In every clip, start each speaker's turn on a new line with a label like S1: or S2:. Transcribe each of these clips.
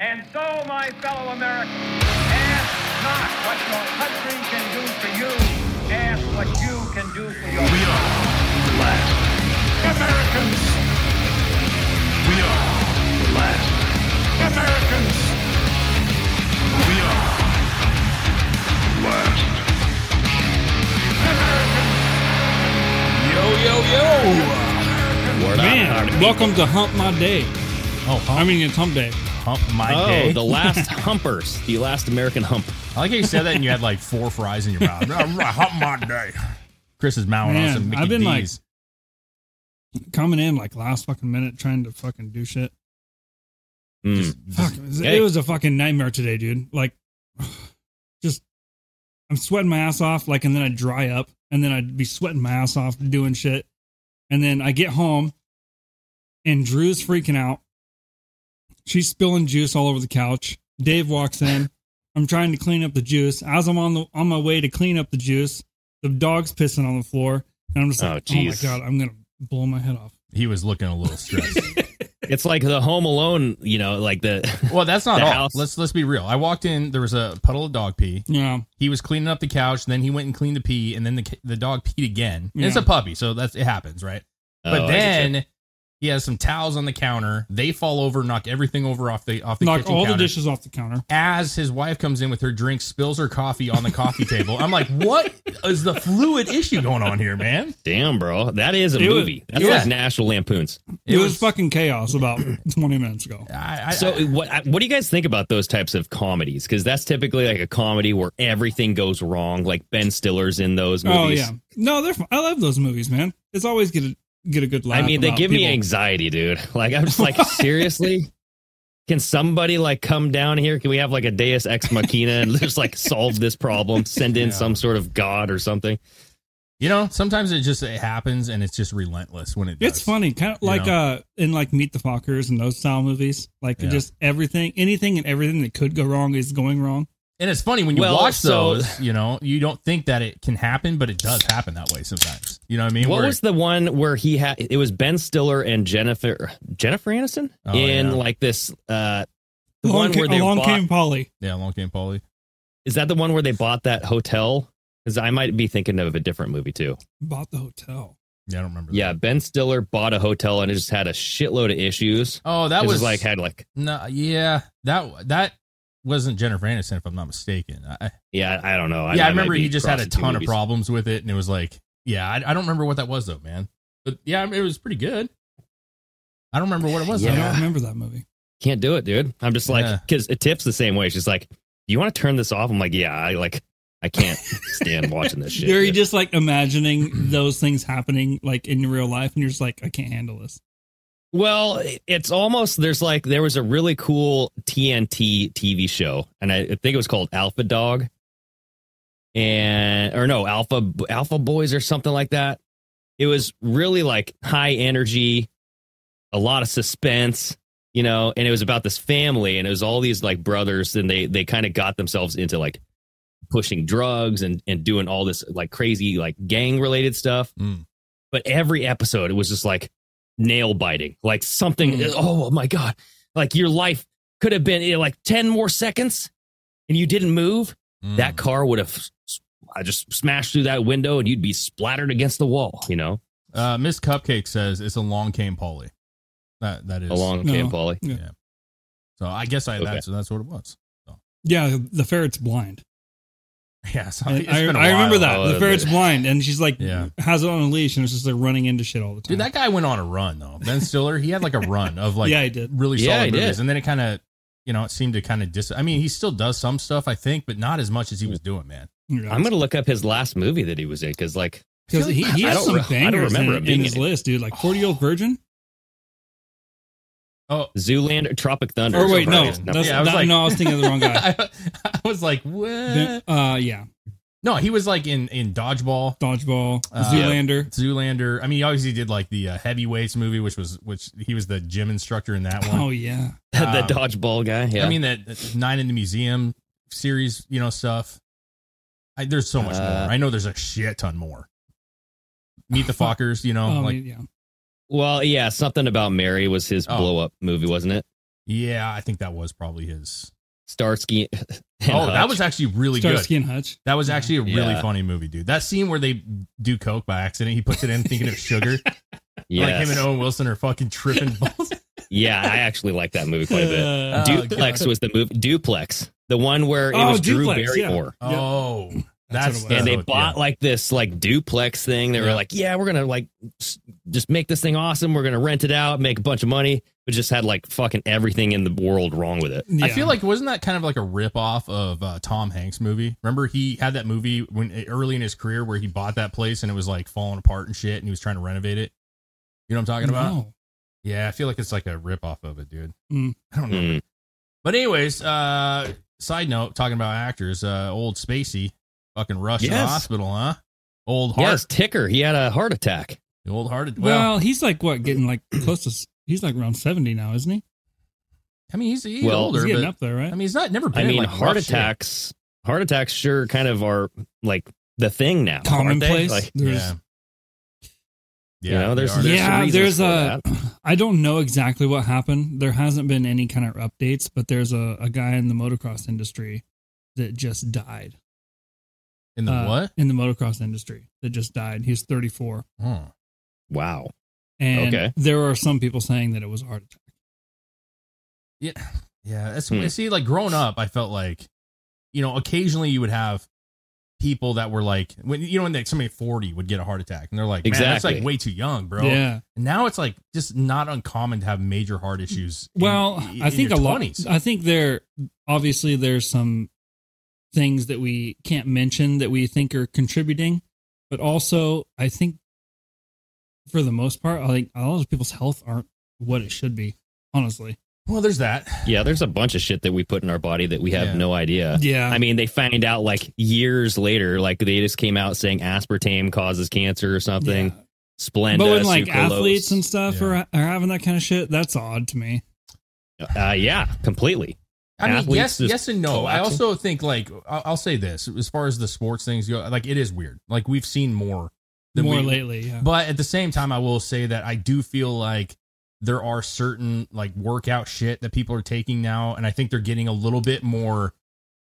S1: And so, my fellow Americans, ask not what your country can do for you, ask what you can do for your
S2: We are the last Americans. We are the last Americans. We are the last Americans. Yo, yo, yo. Word
S3: Man, welcome to Hump My Day.
S4: Oh,
S3: I
S4: hump,
S3: mean, it's Hump Day.
S4: hump my
S5: Oh,
S4: day.
S5: the last humpers, the last American hump.
S4: I like how you said that and you had like four fries in your mouth. hump my day. Chris is mowing
S3: Man,
S4: on some Mickey
S3: I've been, like-
S4: D's.
S3: Coming in like last fucking minute trying to fucking do shit.
S4: Hmm.
S5: Mm.
S3: Fuck, it was-
S5: Hey.
S3: it was a fucking nightmare today, dude. Like, just I'm sweating my ass off, like, and then I dry up, and then I'd be sweating my ass off doing shit, and then I get home, and Drew's freaking out. She's spilling juice all over the couch. Dave walks in. I'm trying to clean up the juice. As I'm on the on my way to clean up the juice, the dog's pissing on the floor, and I'm just
S5: Oh,
S3: like, oh my
S5: jeez.
S3: god, I'm gonna blow my head off.
S4: He was looking a little stressed.
S5: It's like the Home Alone, you know, like the
S4: well, that's not
S5: The
S4: all.
S5: house.
S4: Let's let's be real. I walked in. There was a puddle of dog pee.
S3: Yeah,
S4: He was cleaning up the couch. Then he went and cleaned the pee, and then the the dog peed again. And It's
S3: Yeah.
S4: a puppy, so that's it happens, right?
S5: Oh,
S4: But
S5: I get you.
S4: then he has some towels on the counter. They fall over, knock everything over off the off the
S3: knock
S4: kitchen
S3: all the
S4: counter.
S3: dishes off the counter.
S4: As his wife comes in with her drink, spills her coffee on the coffee table. I'm like, what is the fluid issue going on here, man?
S5: damn, bro, that is a
S3: It was-
S5: movie. That's
S4: yeah.
S5: like National Lampoons.
S3: It, was,
S4: was-
S3: fucking chaos about 20 minutes ago.
S4: I, I,
S5: So, what I- what do you guys think about those types of comedies? Because that's typically like a comedy where everything goes wrong. Like Ben Stiller's in those movies.
S3: Oh yeah, no, they're. Fun. I love those movies, man. It's always get a get a good laugh.
S5: I mean, they
S3: about
S5: give me
S3: people.
S5: anxiety, dude. Like, I'm just like, seriously? Can somebody like come down here? Can we have like a Deus Ex Machina and just like solve this problem? Send in
S4: Yeah.
S5: some sort of god or something.
S4: you know, sometimes it just it happens, and it's just relentless when it. Does.
S3: It's funny, kind of
S4: You
S3: like
S4: know?
S3: uh in like Meet the Fockers and those style movies. Like
S4: Yeah.
S3: just everything, anything and everything that could go wrong is going wrong.
S4: And it's funny when you
S5: Well,
S4: watch
S5: so-
S4: those, you know, you don't think that it can happen, but it does happen that way sometimes. You know what I mean?
S5: What
S4: Where-
S5: was the one where he had it was Ben Stiller and Jennifer Jennifer Aniston
S4: Oh,
S5: in
S4: yeah.
S5: like this uh the
S3: Along,
S5: one
S3: ca-
S5: where they
S3: along
S5: bought,
S3: came Polly.
S4: yeah, Long Game Polly.
S5: is that the one where they bought that hotel? Because I might be thinking of a different movie too.
S3: Bought the hotel.
S4: Yeah, I don't remember.
S5: Yeah,
S4: That.
S5: Ben Stiller bought a hotel and it just had a shitload of issues.
S4: Oh, that
S5: It
S4: was,
S5: just, like had like
S4: no. Yeah, that that wasn't Jennifer Aniston, if I'm not mistaken. I,
S5: yeah I don't know.
S4: yeah, I
S5: might
S4: remember
S5: be
S4: he just had a
S5: crossing two
S4: ton of
S5: movies.
S4: problems with it, and it was like, yeah, I, I don't remember what that was though, man. But yeah, it was pretty good. I don't remember what it was.
S3: I
S5: Yeah.
S3: don't remember that movie.
S5: can't do it, dude. I'm just
S4: Yeah.
S5: like, because it tips the same way. She's like, do you want to turn this off? I'm like, yeah, I like, I can't stand watching this shit.
S3: You're
S5: dude."
S3: just like imagining those things happening like in real life, and you're just like, I can't handle this.
S5: well, it's almost there's like there was a really cool TNT TV show, and I think it was called Alpha Dog, and or no Alpha Alpha Boys or something like that. It was really like high energy, a lot of suspense. you know, and it was about this family and it was all these like brothers and they they kind of got themselves into like pushing drugs and and doing all this like crazy like gang related stuff.
S4: Mm.
S5: But every episode it was just like nail biting, like something oh my god, like your life could have been you know, like 10 more seconds and you didn't move,
S4: mm.
S5: that car would have s- I just smashed through that window and you'd be splattered against the wall, you know.
S4: Uh, Miss Cupcake says it's a long came Polly. That that is
S5: Along
S3: No.
S5: came Polly.
S4: So I guess I
S5: Okay.
S4: that's that's what it was. So,
S3: Yeah, the ferret's blind.
S4: yeah, so
S3: And
S4: Oh, it's
S3: I,
S4: been a
S3: I remember
S4: while.
S3: that.
S5: Oh,
S3: the ferret's
S5: but-
S3: blind, and she's like,
S4: Yeah.
S3: has it on a leash, and it's just like running into shit all the time.
S4: Dude, that guy went on a run though. Ben Stiller, he had like a run of like
S3: yeah, I did.
S4: really
S5: Yeah,
S4: solid
S5: he did.
S4: movies, and then it kind of, you know, it seemed to kind of dis. I mean, he still does some stuff, I think, but not as much as he was doing, man.
S3: Yeah.
S5: I'm gonna look up his last movie that he was in because, like,
S3: 'Cause he, he
S5: I
S3: has
S5: don't
S3: some
S5: re- I don't
S3: bangers
S5: remember
S3: in,
S5: him
S3: in
S5: being
S3: his
S5: in it.
S3: list, dude. Like 40 Year Old Virgin.
S4: Oh,
S5: Zoolander, Tropic Thunder.
S3: Or
S5: is
S3: Oh, wait,
S5: over
S3: no,
S5: it.
S3: that's-
S4: Yeah, I was
S3: that-
S4: like-
S3: no, I was thinking of the wrong guy.
S4: I, I was like, what?
S3: Then- uh, yeah,
S4: no, he was like in in Dodgeball,
S3: Dodgeball,
S4: Uh,
S3: Zoolander.
S4: Zoolander. I mean, he obviously did like the uh, Heavyweights movie, which was which he was the gym instructor in that one.
S3: Oh yeah,
S5: the
S4: Um,
S5: dodgeball guy. Yeah,
S4: I mean, that that Nine in the Museum series, you know, stuff. I, there's so much
S5: Uh,
S4: more. I know there's a shit ton more. Meet the Fockers, you know,
S3: oh,
S4: like
S3: man, yeah.
S5: well, yeah, something about Mary was his
S4: Oh.
S5: blow up movie, wasn't it?
S4: yeah, I think that was probably his.
S5: Starsky. and
S4: oh, that
S5: Hutch.
S4: was actually really
S3: Starsky
S4: good.
S3: and Hutch.
S4: That was actually a really
S5: Yeah.
S4: funny movie, dude. That scene where they do coke by accident, he puts it in thinking of sugar. Like
S5: Yes.
S4: him and Owen Wilson are fucking tripping balls.
S5: yeah, I actually like that movie quite a bit.
S3: Uh,
S4: Dude,
S5: Duplex was the movie. Duplex, the one where it
S3: Oh,
S5: was
S3: Duplex,
S5: Drew
S3: yeah.
S5: Barrymore.
S4: Oh,
S3: That's
S4: that's,
S3: what it was.
S5: And they
S4: yeah.
S5: bought like this like duplex thing. They were
S4: Yeah.
S5: like, "Yeah, we're gonna like s- just make this thing awesome. We're gonna rent it out, make a bunch of money." But just had like fucking everything in the world wrong with it.
S4: I
S3: yeah.
S4: feel like wasn't that kind of like a rip off of uh, Tom Hanks movie? Remember he had that movie when early in his career where he bought that place and it was like falling apart and shit, and he was trying to renovate it. You know what I'm talking about?
S3: No.
S4: Yeah, I feel like it's like a rip off of it, dude.
S3: Mm.
S4: I don't know.
S5: Mm.
S4: But anyways, uh, side note, talking about actors, uh, old Spacey fucking rushed to the
S5: Yes.
S4: hospital, huh? Old heart,
S5: Yes, Ticker. He had a heart attack.
S4: the old hearted. Well,
S3: Well, he's like what getting like close to. s- He's like around 70 now, isn't he?
S4: I mean he's, he's
S5: Well,
S4: older,
S3: He's getting
S4: but
S3: up there, right?
S4: I mean he's not never been
S5: I
S4: in,
S5: mean,
S4: like,
S5: heart
S4: rough shit.
S5: attacks. Heart attacks sure kind of are like the thing now. aren't they?
S3: Commonplace.
S5: Like,
S3: There's-
S4: yeah.
S5: You know,
S4: they
S5: there's-
S4: are.
S5: there's-
S3: yeah,
S5: reasons
S3: there's
S5: for
S3: a. I don't know exactly what happened. There hasn't been any kind of updates, but there's a, a guy in the motocross industry that just died.
S4: in the
S3: Uh,
S4: what?
S3: In the motocross industry that just died. He was 34.
S4: Hmm.
S5: wow.
S3: And
S5: Okay.
S3: there are some people saying that it was a heart attack.
S4: Yeah, yeah. That's
S5: Hmm.
S4: see, like growing up, I felt like, you know, occasionally you would have people that were like, when you know, when they, somebody forty would get a heart attack, and they're like, man, that's like
S5: Exactly.
S4: way too young, bro.
S3: Yeah.
S4: And now it's like just not uncommon to have major heart issues. in-
S3: Well,
S4: in
S3: I think a
S4: your
S3: lot.
S4: 20s.
S3: I think there obviously there's some things that we can't mention that we think are contributing, but also I think for the most part, I think a lot of people's health aren't what it should be. Honestly,
S4: Well, there's that.
S5: Yeah, there's a bunch of shit that we put in our body that we have
S4: Yeah.
S5: no idea.
S3: yeah,
S5: I mean, they find out like years later, like they just came out saying aspartame causes cancer or something.
S3: Yeah.
S5: Splenda,
S3: but when like
S5: sucralose.
S3: athletes and stuff
S4: Yeah.
S3: are, are having that kind of shit, that's odd to me.
S5: uh, yeah, completely.
S4: I mean,
S5: Athletes
S4: yes,
S5: just
S4: yes, and no. I
S5: collapsing.
S4: also think like I'll, I'll say this as far as the sports things go, like it is weird. Like we've seen more than
S3: More
S4: we-
S3: lately, yeah.
S4: But at the same time, I will say that I do feel like there are certain like workout shit that people are taking now, and I think they're getting a little bit more.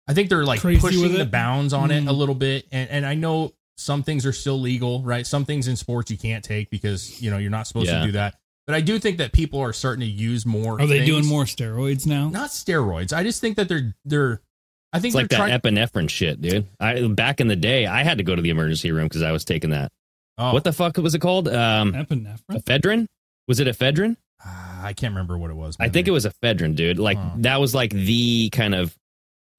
S4: I think they're like
S3: Crazy with
S4: pushing the
S3: it?
S4: bounds on it
S3: Mm.
S4: a little bit, and and I know some things are still legal, right? Some things in sports you can't take because you know you're not supposed
S5: Yeah.
S4: to do that. But I do think that people are starting to use more.
S3: are they
S4: things-
S3: doing more steroids now?
S4: Not steroids. I just think that they're they're. I think
S5: It's like
S4: they're
S5: that
S4: trying.
S5: epinephrine shit, dude. I back in the day, I had to go to the emergency room because I was taking that.
S4: oh,
S5: What the fuck was it called? Um,
S3: Epinephrine.
S5: ephedrine? Was it ephedrine?
S4: Ah, I can't remember what it was.
S5: I think it was ephedrine, dude. Like
S4: Huh.
S5: that was like the kind of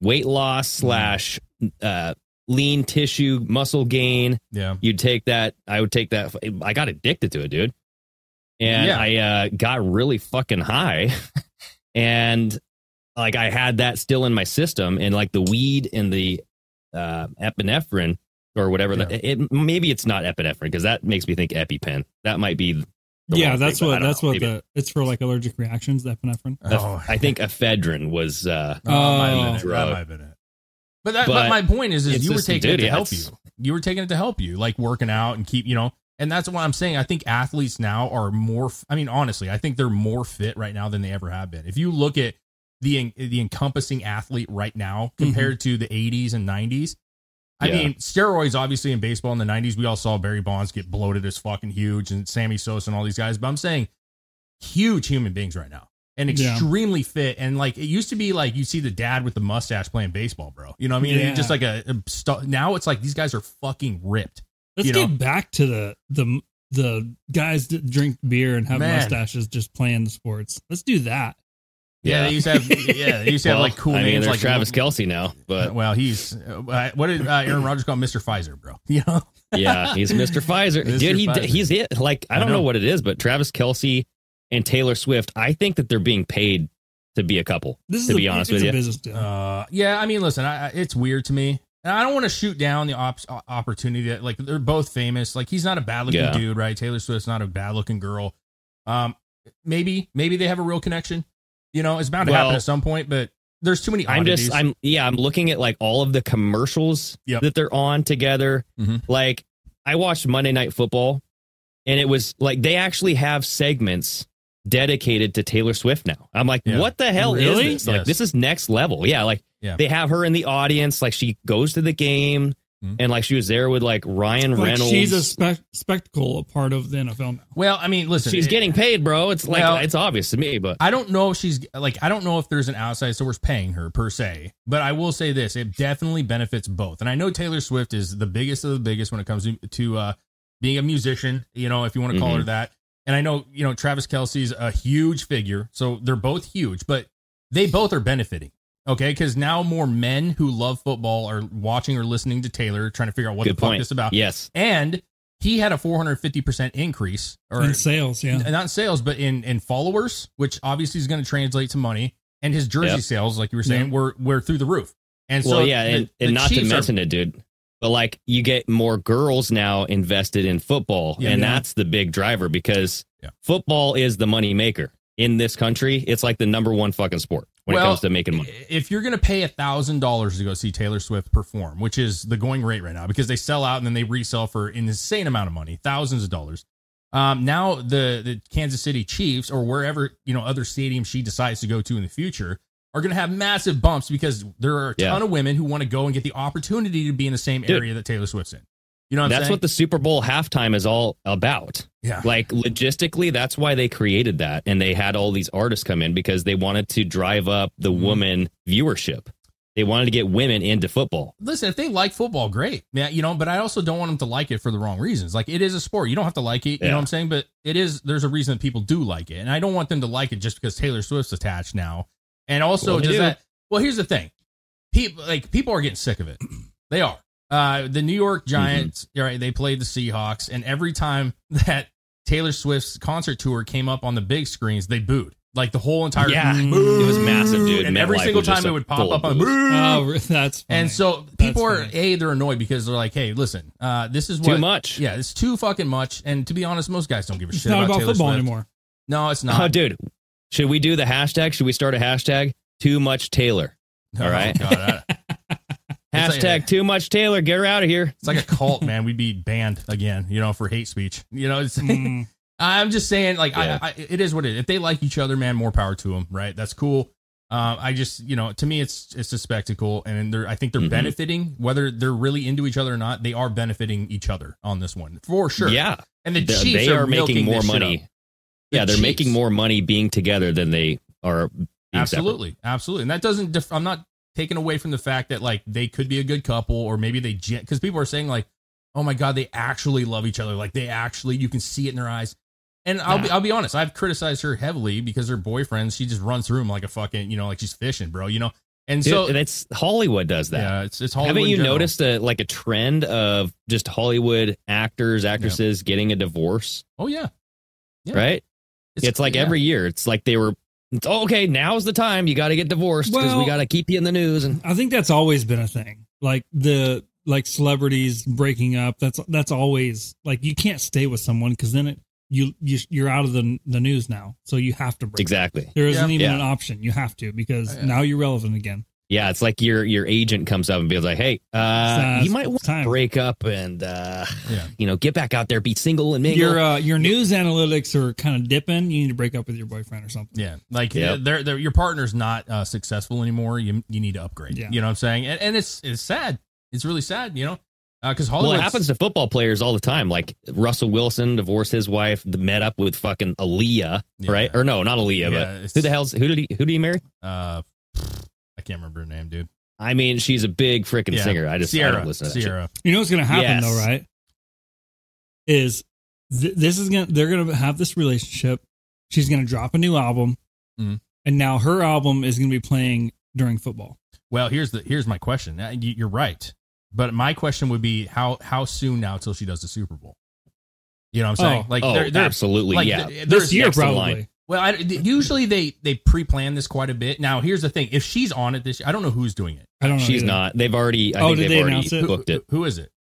S5: weight loss
S4: Hmm.
S5: slash uh, lean tissue muscle gain.
S4: Yeah.
S5: you'd take that. I would take that. I got addicted to it, dude. And
S4: Yeah.
S5: I uh, got really fucking high. and like I had that still in my system and like the weed and the uh, epinephrine or whatever. that- it, maybe it's not epinephrine because that makes me think EpiPen. That might be the
S3: yeah,
S5: wrong
S3: that's
S5: thing, but I
S3: what
S5: don't
S3: that's
S5: know,
S3: what
S5: maybe.
S3: the it's for like allergic reactions. Epinephrine.
S5: Uh, I think ephedrine was. uh
S4: Oh, that might have been it.
S5: Drug.
S4: That might have been it. But, that, but,
S5: But
S4: my point is,
S5: it's
S4: is you were
S5: just-
S4: taking
S5: dude,
S4: it to
S5: yeah,
S4: help you.
S5: it's-
S4: You were taking it to help you, like working out and keep, you know. And that's what I'm saying. I think athletes now are more. f- I mean, honestly, I think they're more fit right now than they ever have been. If you look at the en- the encompassing athlete right now compared to the 80s and 90s, I
S5: Mm-hmm. Yeah.
S4: mean, steroids obviously in baseball in the 90s, we all saw Barry Bonds get bloated as fucking huge, and Sammy Sosa and all these guys. But I'm saying huge human beings right now and
S3: Yeah.
S4: extremely fit. And like it used to be like you see the dad with the mustache playing baseball, bro. You know what I mean?
S3: Yeah.
S4: Just like a, a stu- now it's like these guys are fucking ripped.
S3: Let's
S4: you
S3: get
S4: know.
S3: back to the the the guys that drink beer and have
S4: Man.
S3: mustaches just playing the sports. Let's do that.
S4: Yeah,
S5: Yeah.
S4: they used to have yeah, they used to have
S5: Well,
S4: like cool
S5: I mean,
S4: names
S5: there's
S4: like
S5: Travis Kelsey now, but
S4: Well, he's uh, what did uh, Aaron Rodgers call him? Mr. Pfizer, bro? You know?
S5: yeah, he's Mr. Pfizer.
S4: Mr.
S5: Dude, he
S4: Pfizer.
S5: he's it. Like I
S4: I
S5: don't know.
S4: know.
S5: what it is, but Travis Kelsey and Taylor Swift, I think that they're being paid to be a couple.
S3: This
S5: to
S3: is
S5: be
S3: a,
S5: honest
S3: it's
S5: with
S3: a
S5: you,
S3: business deal.
S4: Uh, yeah, I mean, listen, I, I- it's weird to me, and I don't want to shoot down the op- o- opportunity. That, like, they're both famous. Like, he's not a bad looking
S5: Yeah.
S4: dude, right? Taylor Swift's not a bad looking girl. Um, maybe, maybe they have a real connection. You know, it's bound to happen
S5: Well-
S4: at some point, but there's too many.
S5: I'm just
S4: oddities.
S5: I'm yeah, I'm looking at like all of the commercials
S4: Yep.
S5: that they're on together.
S4: Mhm.
S5: Like I watched Monday Night Football and it was like they actually have segments dedicated to Taylor Swift now. I'm like,
S4: Yeah.
S5: what the hell
S4: Really?
S5: is this? Like
S4: Yes.
S5: this is next level. Yeah, like
S4: Yeah.
S5: they have her in the audience, like she goes to the game
S4: Mhm.
S5: and like she was there with like Ryan
S3: like
S5: Reynolds.
S3: she's a spec- spectacle, a part of the NFL now.
S4: Well, I mean, listen,
S5: She's
S4: it-
S5: getting paid, bro. It's like
S4: Well-
S5: it's obvious to me, but
S4: I don't know if she's like I don't know if there's an outside source paying her per se, but I will say this: it definitely benefits both. And I know Taylor Swift is the biggest of the biggest when it comes to, to uh, being a musician, you know, if you want to call
S5: Mm-hmm.
S4: her that. And I know you know Travis Kelsey's a huge figure, so they're both huge, but they both are benefiting. Okay, because now more men who love football are watching or listening to Taylor, trying to figure out what
S5: good
S4: the fuck
S5: point.
S4: this is about.
S5: Yes.
S4: And he had a 450% increase or
S3: in sales, yeah.
S4: N- not in sales, but in in followers, which obviously is going to translate to money. And his jersey
S5: Yep.
S4: sales, like you were saying,
S3: Yeah.
S4: were were through the roof. And so,
S5: well, yeah,
S4: the-
S5: and,
S4: the
S5: and not to
S4: Chiefs are-
S5: mention it, dude, but like you get more girls now invested in football,
S4: Yeah.
S5: and
S4: Yeah.
S5: that's the big driver because
S4: Yeah.
S5: football is the money maker in this country. It's like the number one fucking sport when it
S4: Well,
S5: comes to making money.
S4: if you're going to pay a thousand dollars to go see Taylor Swift perform, which is the going rate right now, because they sell out and then they resell for an insane amount of money, thousands of dollars. Um, now the the Kansas City Chiefs or wherever you know other stadium she decides to go to in the future are going to have massive bumps because there are a
S5: Yeah.
S4: ton of women who want to go and get the opportunity to be in the same
S5: Dude.
S4: area that Taylor Swift's in. You know what
S5: That's
S4: I'm saying?
S5: what the Super Bowl halftime is all about.
S4: Yeah.
S5: Like logistically, that's why they created that, and they had all these artists come in because they wanted to drive up the woman viewership. They wanted to get women into football.
S4: listen, if they like football, great. Yeah, you know, but I also don't want them to like it for the wrong reasons. Like it is a sport. You don't have to like it. You
S5: Yeah.
S4: know what I'm saying? But it is there's a reason that people do like it. And I don't want them to like it just because Taylor Swift's attached now. And also
S5: Well, they
S4: does
S5: do.
S4: that well here's the thing. People like people are getting sick of it. They are. Uh the
S5: Mm-hmm.
S4: New York Giants, all right, they played the Seahawks, and every time that Taylor Swift's concert tour came up on the big screens, they booed. Like the whole entire Mm.
S5: Yeah, it was massive, dude.
S4: And every
S5: MetLife
S4: single
S5: was just
S4: time it
S5: a-
S4: would
S5: full of
S4: pop up on
S5: boos.
S3: Oh, re- that's funny.
S4: and so
S3: That's
S4: people are
S3: funny.
S4: a they're annoyed because they're like, hey, listen, uh, this is
S5: Too
S4: what,
S5: much.
S4: Yeah, it's too fucking much. And to be honest, most guys don't give a
S3: it's
S4: shit
S3: not
S4: about,
S3: about
S4: Taylor
S3: football
S4: Swift.
S3: anymore.
S4: No, it's
S5: Oh,
S4: not.
S5: dude, should we do the hashtag? Should we start a hashtag? Too much Taylor.
S4: Oh,
S5: All right.
S4: God, I- It's
S5: Hashtag
S4: like-
S5: too much Taylor. Get her out of here.
S4: it's like a cult, man. We'd be banned again, you know, for hate speech. You know, it's,
S3: Mm.
S4: I'm just saying, like,
S5: Yeah.
S4: I, I, it is what it is. If they like each other, man, more power to them, right? That's cool. Um, I just, you know, to me, it's it's a spectacle, and they're I think they're
S5: Mhm.
S4: benefiting whether they're really into each other or not. They are benefiting each other on this one for sure.
S5: Yeah.
S4: and the
S5: They-
S4: Chiefs
S5: they are making
S4: milking
S5: more
S4: this shit
S5: money.
S4: up. The
S5: Yeah, they're
S4: Chiefs.
S5: making more money being together than they are. being separate.
S4: Absolutely, absolutely, and that doesn't. Def- I'm not taking away from the fact that like they could be a good couple, or maybe they because people are saying like, oh my god, they actually love each other. Like they actually, you can see it in their eyes. And I'll be I'll be honest, I've criticized her heavily because her boyfriend, she just runs through him like a fucking, you know, like she's fishing, bro. You know, and
S5: Dude,
S4: so
S5: that's Hollywood does that.
S4: Oh. yeah, it's it's Hollywood.
S5: Haven't
S4: in
S5: you
S4: general.
S5: noticed a, like a trend of just Hollywood actors, actresses getting a divorce?
S4: Oh yeah, Yeah.
S5: Right? It's, like
S4: yeah.
S5: every year. It's like they were. it's, oh, okay, now's the time. You got to get divorced because we
S3: Well-
S5: got to keep you in the news. And
S3: I think that's always been a thing. Like the like celebrities breaking up. That's that's always like you can't stay with someone because then it you, you you're out of the the news now, so you have to break.
S5: Exactly.
S3: There isn't
S5: Yeah.
S3: even
S5: Yeah.
S3: an option. You have to because
S4: Oh, yeah.
S3: now you're relevant again.
S5: Yeah, it's like your your agent comes up and be like, "Hey,
S3: It's,
S5: uh,
S3: uh,
S5: you might
S3: it's
S5: want to
S3: time."
S5: break up and uh,
S4: Yeah.
S5: you know get back out there, be single and mingle."
S3: Your uh, your news analytics are kind of dipping. You need to break up with your boyfriend or something.
S4: Yeah, like
S5: Yep.
S4: uh, they're, they're, your partner's not uh, successful anymore. You you need to upgrade.
S3: Yeah.
S4: You know what I'm saying? And, and it's it's sad. It's really sad. You know, because
S5: well,
S4: Hollywood
S5: it happens to football players all the time. Like Russell Wilson divorced his wife, met up with fucking Aaliyah,
S4: Yeah.
S5: right? Or no, not Aaliyah,
S4: Yeah,
S5: but
S4: it's-
S5: who the hell's who did he who did he marry?
S4: Uh, I can't remember her name, dude.
S5: I mean, she's a big freaking
S4: Yeah.
S5: singer. I just I
S4: Sierra.
S5: don't listen to that shit.
S4: Sierra.
S3: You know what's going to happen
S5: Yes.
S3: though, right? Is th- this is going to they're going to have this relationship. She's going to drop a new album,
S4: Mhm.
S3: and now her album is going to be playing during football.
S4: Well, here's the here's my question. Uh, you- You're right, but my question would be how how soon now till she does the Super Bowl? You know what I'm saying?
S3: Oh.
S4: like
S5: Oh,
S4: they're, they're,
S5: absolutely,
S4: like,
S5: yeah.
S4: th-
S3: This
S4: there's-
S3: year,
S5: next in
S3: probably.
S5: line.
S4: Well, I, usually they they pre-plan this quite a bit. Now, here's the thing: if she's on it this, year, I don't know who's doing it.
S3: I don't know.
S5: She's
S3: either.
S5: not. They've already. I
S3: Oh,
S5: think
S3: did
S5: they've
S3: they announce
S5: already
S3: it?
S5: booked it.
S4: Who, who is it?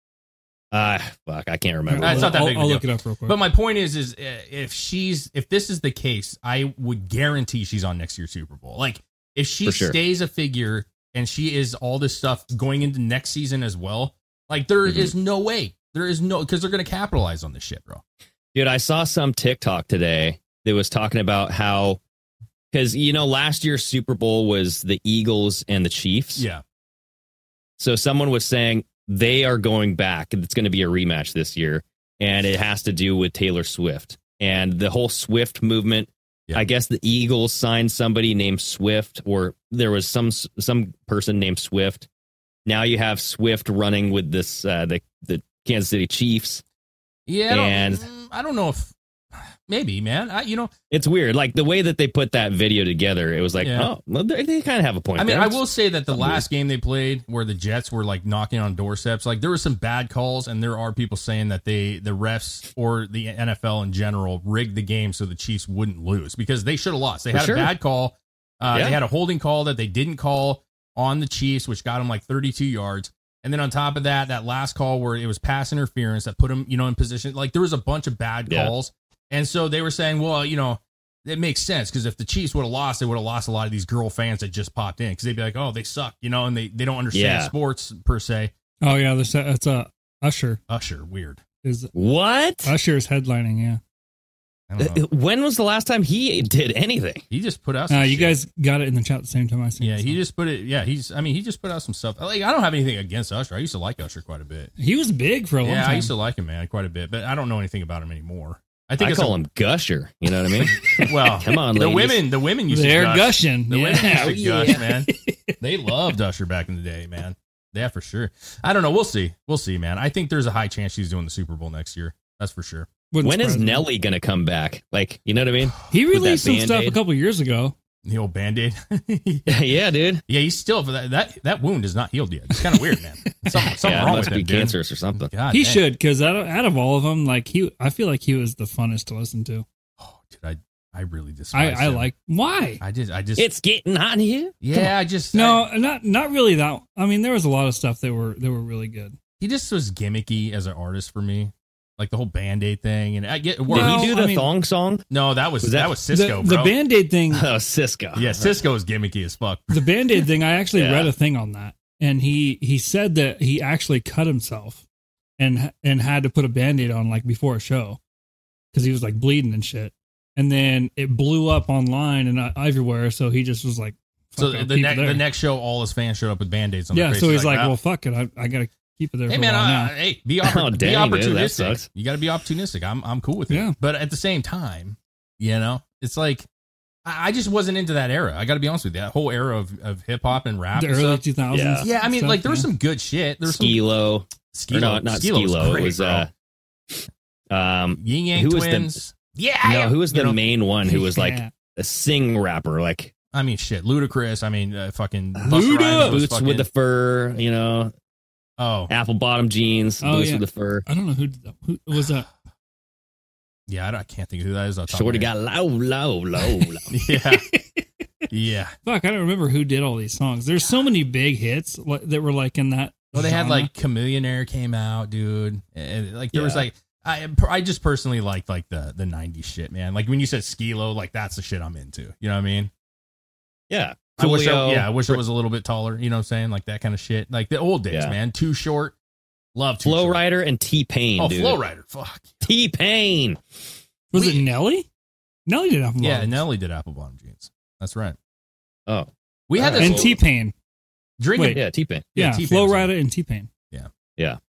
S5: Uh, fuck, I can't remember.
S4: That's
S3: I'll-
S4: not that
S3: I'll,
S4: big of a
S3: I'll
S4: deal.
S3: look it up real quick.
S4: But my point is, is uh, if she's if this is the case, I would guarantee she's on next year's Super Bowl. Like if she
S5: For sure.
S4: stays a figure and she is all this stuff going into next season as well, like there is
S5: Mhm.
S4: no way. There is no because they're going to capitalize on this shit, bro.
S5: Dude, I saw some TikTok today that was talking about how, because, you know, last year's Super Bowl was the Eagles and the Chiefs.
S4: Yeah,
S5: So someone was saying they are going back. and It's going to be a rematch this year. And it has to do with Taylor Swift and the whole Swift movement.
S4: Yeah.
S5: I guess the Eagles signed somebody named Swift, or there was some some person named Swift. Now you have Swift running with this uh, the the Kansas City Chiefs.
S4: yeah. I don't,
S5: And-
S4: mm, I don't know if maybe, man. I you know,
S5: It's weird, like the way that they put that video together. It was like,
S4: Yeah.
S5: oh, well, they, they kind of have a point.
S4: I mean,
S5: there.
S4: I will say that the last game they played, where the Jets were like knocking on doorsteps, like there were some bad calls, and there are people saying that they, the refs or the NFL in general, rigged the game so the Chiefs wouldn't lose because they should have lost. They
S5: For
S4: had
S5: sure.
S4: a bad call. Uh,
S5: Yeah.
S4: They had a holding call that they didn't call on the Chiefs, which got them like 32 yards. And then on top of that, that last call where it was pass interference that put them, you know, in position. Like there was a bunch of bad
S5: Yeah.
S4: calls, and so they were saying, well, you know, it makes sense because if the Chiefs would have lost, they would have lost a lot of these girl fans that just popped in because they'd be like, oh, they suck, you know, and they, they don't understand
S5: Yeah.
S4: sports per se.
S3: Oh yeah, there's that's a Usher
S4: Usher, weird.
S3: is
S5: what?
S3: Usher is headlining. Yeah,
S4: I
S5: Uh,
S4: don't know.
S5: When was the last time he did anything?
S4: He just put out. Some
S3: uh, you
S4: shit.
S3: guys got it in the chat at the same time I seen
S4: Yeah,
S3: it,
S4: he
S3: so.
S4: just put it. Yeah, he's. I mean, he just put out some stuff. Like, I don't have anything against Usher. I used to like Usher quite a bit.
S3: he was big for a long
S4: Yeah, I
S3: time.
S4: used to like him, man, quite a bit. But I don't know anything about him anymore. I think
S5: I
S4: it's
S5: call
S4: a,
S5: him Gusher. You know what I mean?
S4: Well,
S5: Come on,
S4: the
S5: ladies.
S4: women. The women used
S3: They're
S4: to gush.
S3: gushing.
S4: The women
S3: Yeah.
S4: used to gush, man. Oh, They loved Usher back in the day, man. Yeah, for sure. I don't know. We'll see. We'll see, man. I think there's a high chance she's doing the Super Bowl next year. That's for sure.
S3: Wouldn't
S5: when is
S3: surprise me.
S5: Nelly gonna come back? Like, you know what I mean?
S3: He
S5: with that
S3: released some stuff a
S5: Band-Aid?
S3: couple years ago.
S4: The old band aid. yeah,
S5: yeah, dude.
S4: he's still that that that wound is not healed yet. It's kind of weird, man. Something, something
S5: yeah, it
S4: wrong
S5: must
S4: with
S5: be
S4: him, dude.
S5: cancerous or something.
S4: God,
S3: he
S4: dang.
S3: should because out of, out of all of them, like he, I feel like he was the funnest to listen to.
S4: Oh, dude, I I really
S3: I,
S4: despise.
S3: I
S4: him.
S3: like why?
S4: I just. I just.
S5: It's getting hot in here.
S4: yeah. I just.
S3: No,
S4: I-
S3: not not really that. I mean, there was a lot of stuff that were that were really good.
S4: he just was gimmicky as an artist for me. Like the whole band aid thing, and I get. Well,
S5: Did
S3: Well,
S5: he do the
S3: I mean-
S5: thong song?
S4: no, that was,
S5: Was
S4: that,
S5: that-
S4: was Cisco,
S3: the,
S4: bro.
S3: the Band Aid thing,
S5: Oh, Cisco.
S4: yeah, Cisco is gimmicky as fuck.
S3: the Band Aid thing. I actually
S5: Yeah.
S3: read a thing on that, and he he said that he actually cut himself, and and had to put a Band Aid on like before a show, because he was like bleeding and shit. And then it blew up online and uh, everywhere, so he just was like,
S4: So
S3: fuck, I'll
S4: the
S3: keep it
S4: next
S3: there.
S4: the next show, all his fans showed up with band aids on.
S3: yeah.
S4: their
S3: So
S4: faces,
S3: he's like,
S4: "Ah,
S3: well, fuck it, I, I gotta keep it there.
S4: hey
S3: for
S4: man,
S3: a while
S4: uh,
S3: now.
S4: hey, be, oppor-
S5: Oh,
S4: be
S5: dang, dude, that
S4: opportunistic.
S5: sucks.
S4: you got to be opportunistic. I'm I'm cool with it.
S3: Yeah.
S4: But at the same time, you know, it's like I, I just wasn't into that era. I got to be honest with you. That whole era of, of hip hop and rap.
S3: the
S4: and
S3: early
S4: stuff.
S3: two thousands.
S5: Yeah.
S4: yeah, I mean, like there was some good shit. There was some
S5: Skilo.
S4: Skee-Lo-
S5: Or no, not
S4: Skee-Lo
S5: Skilo.
S4: great,
S5: it was
S4: bro.
S5: uh um
S4: Yin Yang
S5: who was the-
S4: Twins. yeah.
S5: no, who was
S4: you
S5: the
S4: know,
S5: main one who was like
S3: Yeah.
S5: a sing rapper, like
S4: I mean, shit, Ludacris. I mean, uh, fucking Busta
S3: Luda!
S4: Rhymes was
S5: boots
S4: fucking-
S5: with the fur, you know,
S4: oh
S5: apple bottom jeans,
S3: Oh,
S5: boots
S3: yeah.
S5: with the fur.
S3: I don't know who did that. who was that.
S4: yeah. I, don't- I can't think of who that is. off the top of
S5: Shorty
S4: my
S5: got low, low, low, low.
S4: head. Yeah. yeah.
S3: Fuck, I don't remember who did all these songs. There's so many big hits like, that were like in that.
S4: Well, they had
S3: genre.
S4: like Chameleonaire came out, dude. And, like there was
S5: Yeah.
S4: like I I just personally like like the the '90s shit, man. Like when you said Skilo, like that's the shit I'm into. You know what I mean?
S5: Yeah.
S4: I wish I,
S5: Coolio.
S4: yeah, I wish I was a little bit taller. You know what I'm saying? Like that kind of shit. Like the old days,
S5: Yeah.
S4: man. Too short. Love too
S5: Flow
S4: short.
S5: Rider and T Pain.
S4: Oh,
S5: dude.
S4: Flow Rider. Fuck.
S5: T Pain.
S3: Was it Nelly? Nelly did Apple
S4: Yeah,
S3: Bottoms.
S4: Nelly did apple bottom jeans. That's right.
S5: Oh,
S4: We had this
S3: Uh, and T Pain.
S4: drinking.
S3: wait.
S5: yeah, T Pain.
S4: Yeah,
S3: Yeah,
S4: T-Pain
S3: Flow
S4: was in
S3: Rida and T Pain.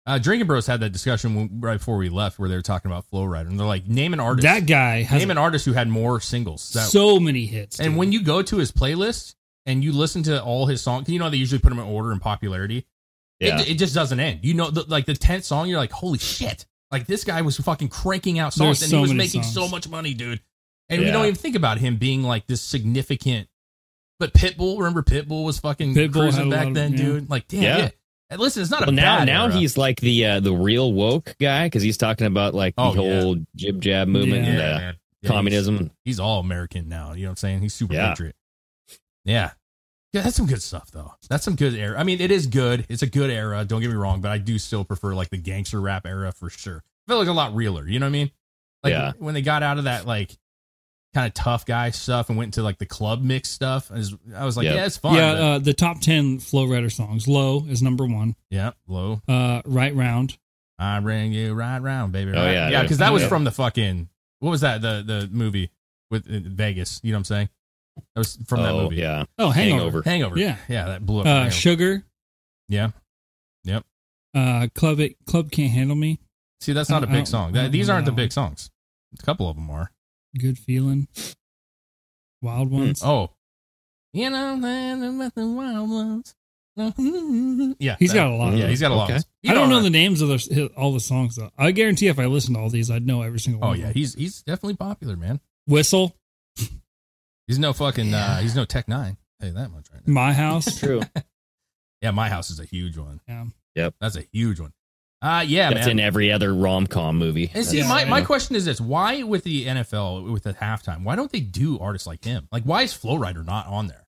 S4: Uh, Drinking Bros had that discussion when, right before we left, where they were talking about Flow Rider, and they're like, name an artist.
S3: That guy has
S4: name an artist who had more singles. That-
S3: so many hits.
S4: and
S3: dude.
S4: when you go to his playlist and you listen to all his songs, you know they usually put them in order in popularity.
S5: Yeah.
S4: It, it just doesn't end. You know, the, like the tenth song, you're like, holy shit! Like this guy was fucking cranking out songs,
S3: There's
S4: and
S3: so
S4: he was
S3: many
S4: making
S3: songs.
S4: so much money, dude. And we
S5: Yeah.
S4: don't even think about him being like this significant. But Pitbull, remember Pitbull was fucking
S3: Pitbull had
S4: cruising
S3: a
S4: back
S3: lot of-
S4: then,
S3: yeah.
S4: dude. Like, damn,
S5: Yeah.
S4: yeah. And listen, it's not
S5: Well,
S4: a
S5: now
S4: bad
S5: now
S4: era.
S5: he's like the uh, the real woke guy because he's talking about like
S4: Oh,
S5: the
S4: yeah.
S5: whole jib jab movement
S3: Yeah,
S5: and uh,
S4: man. Yeah, he's-
S5: communism.
S4: he's all American now. You know what I'm saying? He's super
S5: Yeah.
S4: patriot. Yeah. Yeah, that's some good stuff though. That's some good era. I mean, it is good. It's a good era. Don't get me wrong, but I do still prefer like the gangster rap era for sure. I feel like a lot realer. You know what I mean? Like
S5: Yeah.
S4: when they got out of that like kind of tough guy stuff and went into like the club mix stuff, I was, I was like,
S5: Yeah.
S4: yeah, it's fun.
S3: yeah,
S4: but-
S3: uh, the top ten Flow Rider songs. Low is number one.
S4: yeah, low.
S3: Uh, right round.
S4: I ran you right round, baby.
S5: Oh,
S4: right.
S5: yeah,
S4: yeah,
S5: dude.
S4: because that was
S5: Yeah.
S4: from the fucking what was that the the movie with in Vegas? You know what I'm saying? That was from that
S5: Oh,
S4: movie.
S5: Yeah.
S3: Oh, Hangover.
S5: Hangover.
S4: Hangover.
S3: Yeah.
S4: yeah, that blew up.
S3: Uh,
S4: Hangover.
S3: Sugar.
S4: yeah.
S3: Uh, Club it, Club can't handle me.
S4: See, that's
S3: I
S4: not a
S3: don't- I
S4: big
S3: don't-
S4: song.
S3: I
S4: That-
S3: don't
S4: these
S3: know
S4: aren't
S3: that
S4: the big
S3: one.
S4: songs. A couple of them are.
S3: Good feeling. Wild ones.
S4: Oh, you know, there's nothing wild ones. Yeah,
S3: He's
S4: that-
S3: got a lot.
S4: Yeah, he's got a lot.
S5: Okay.
S4: You
S3: I don't know
S4: right.
S3: the names of the, all the songs though. I guarantee if I listened to all these, I'd know every single one.
S4: Oh
S3: of
S4: yeah,
S3: them.
S4: he's he's definitely popular, man.
S3: Whistle.
S4: He's no fucking. Uh, he's no Tech Nine. Hey, that much right now.
S3: My house.
S5: True.
S4: Yeah, my house is a huge one.
S3: yeah.
S4: That's a huge one. Uh yeah,
S5: That's
S4: man.
S5: in every other rom com movie.
S4: And see,
S5: That's-
S4: my,
S5: you
S4: my
S5: know.
S4: question is this: Why with the NFL with the halftime? Why don't they do artists like him? Like, why is Flow Rider not on there?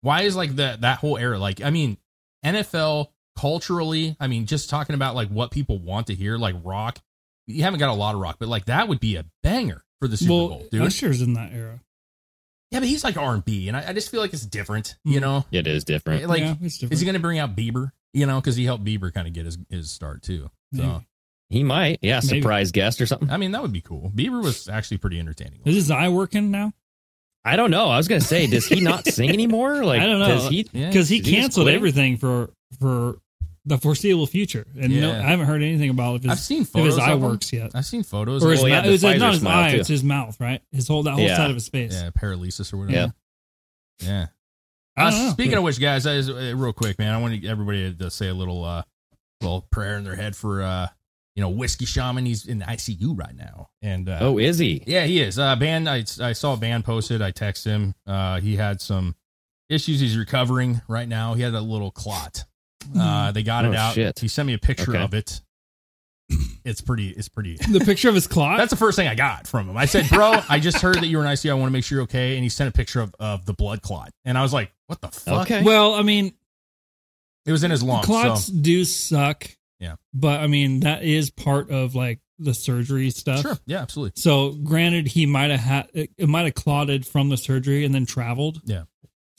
S4: Why is like that that whole era? Like, I mean, NFL culturally, I mean, just talking about like what people want to hear, like rock. You haven't got a lot of rock, but like that would be a banger for the Super
S3: well,
S4: Bowl, dude.
S3: Usher's in that era.
S4: yeah, but he's like R and B, and I, I just feel like it's different, you
S3: Mhm.
S4: know.
S5: It is different.
S4: Like,
S3: yeah, it's different.
S4: is he going to bring out Bieber? You know, because he helped Bieber kind of get his his start too. So,
S3: Maybe.
S5: He might. Yeah.
S3: Maybe.
S5: Surprise guest or something.
S4: I mean, that would be cool. Bieber was actually pretty entertaining.
S3: Is his eye working now?
S5: I don't know. I was gonna say, does he not sing anymore? Like,
S3: I don't know.
S5: Does he?
S4: Yeah.
S3: Because he
S5: Did he just
S3: canceled
S5: quit?
S3: everything for for the foreseeable future, and no,
S4: Yeah.
S3: I haven't heard anything about if his,
S4: I've seen
S3: if
S4: photos.
S3: his eye
S4: of him.
S3: works yet,
S4: I've seen photos.
S3: or
S4: of
S3: his
S5: Well, he
S3: mouth.
S5: had
S3: It
S5: the
S3: was like,
S5: Pfizer
S3: not his
S5: smile,
S3: eye;
S5: too.
S3: it's his mouth, right? His whole that whole
S5: Yeah.
S3: side of his face.
S4: yeah, paralysis or whatever.
S5: Yeah.
S4: Yeah.
S3: I
S4: Uh,
S3: don't know.
S4: speaking of which, guys, I just, uh, real quick, man, I want everybody to say a little, uh, little prayer in their head for, uh, you know, whiskey shaman. He's in the ICU right now, and uh,
S5: Oh, is he?
S4: yeah, he is. Uh, Ban, I, I saw Ban posted. I texted him. Uh, he had some issues. He's recovering right now. He had a little clot.
S3: Hmm.
S4: Uh, they got
S5: Oh,
S4: it out.
S5: shit.
S4: He sent me a picture
S5: Okay.
S4: of it. It's pretty. It's pretty.
S3: the picture of his clock.
S4: That's the first thing I got from him. I said, "Bro, I just heard that you were in ICU. I want to make sure you're okay." And he sent a picture of, of the blood clot, and I was like, "What the fuck?"
S5: Okay.
S3: well, I mean,
S4: It was in his lungs.
S3: clots
S4: so-
S3: do suck.
S4: Yeah.
S3: but I mean that is part of like the surgery stuff.
S4: Sure. Yeah. Absolutely.
S3: So, granted, he might have had it, it might have clotted from the surgery and then traveled.
S4: Yeah.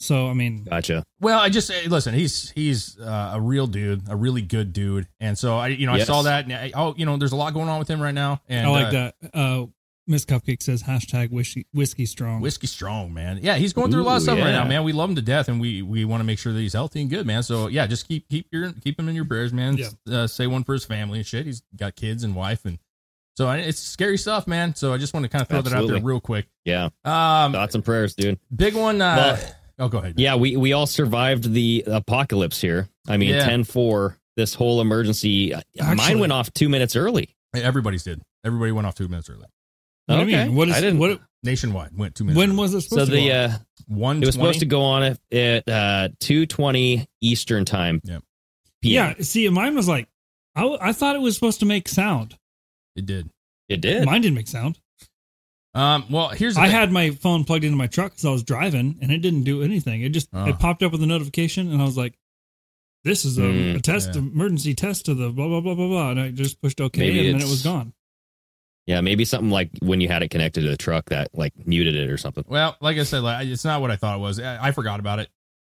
S3: So, I mean,
S5: Gotcha.
S4: Well, I just eh, listen. He's he's uh, a real dude, a really good dude, and so I you know I
S5: Yes.
S4: saw that. And I, oh, you know, there's a lot going on with him right now. And
S3: I like
S4: uh,
S3: that. Uh, Miss Cupcake says hashtag whiskey, whiskey strong.
S4: Whiskey strong, man. Yeah, he's going through a lot of
S5: Ooh,
S4: stuff right
S5: yeah.
S4: now, man. We love him to death, and we we want to make sure that he's healthy and good, man. So yeah, just keep keep your keep him in your prayers, man.
S3: Yeah.
S4: Uh, say one for his family and shit. He's got kids and wife, and so I, it's scary stuff, man. So I just want to kind of throw that out
S5: Absolutely.
S4: there real quick.
S5: Yeah.
S4: Um,
S5: Thoughts and prayers, dude.
S4: big one. Uh, oh, go ahead.
S5: Yeah, we we all survived the apocalypse here. I mean,
S4: Yeah.
S5: 10-4, This whole emergency.
S3: Actually-
S5: mine went off two minutes early.
S4: everybody's did. Everybody went off two minutes early.
S3: What do you
S5: Okay.
S3: mean? What is
S5: I didn't-
S3: what?
S4: Nationwide went two minutes.
S3: When
S4: early.
S3: was it
S5: So
S3: supposed to?
S5: the
S3: go on?
S5: uh,
S4: one?
S5: it was supposed to go on at, at uh, two twenty Eastern time.
S4: Yep.
S5: PM.
S3: yeah. See, mine was like, I, w- I thought it was supposed to make sound.
S4: It did.
S5: it did.
S3: Mine didn't make sound.
S4: Um. Well, here's the
S3: I
S4: thing.
S3: had my phone plugged into my truck because I was driving, and it didn't do anything. It just
S4: Oh.
S5: Ah.
S3: it popped up with a notification, and I was like, "This is a,
S5: Mm,
S3: a test,
S4: yeah.
S3: emergency test to the blah blah blah blah blah," and I just pushed OK,
S5: Maybe
S3: and then it
S5: it's-
S3: was gone.
S5: Yeah, maybe something like when you had it connected to the truck that like muted it or something.
S4: Well, like I said, like, it's not what I thought it was. I, I forgot about it.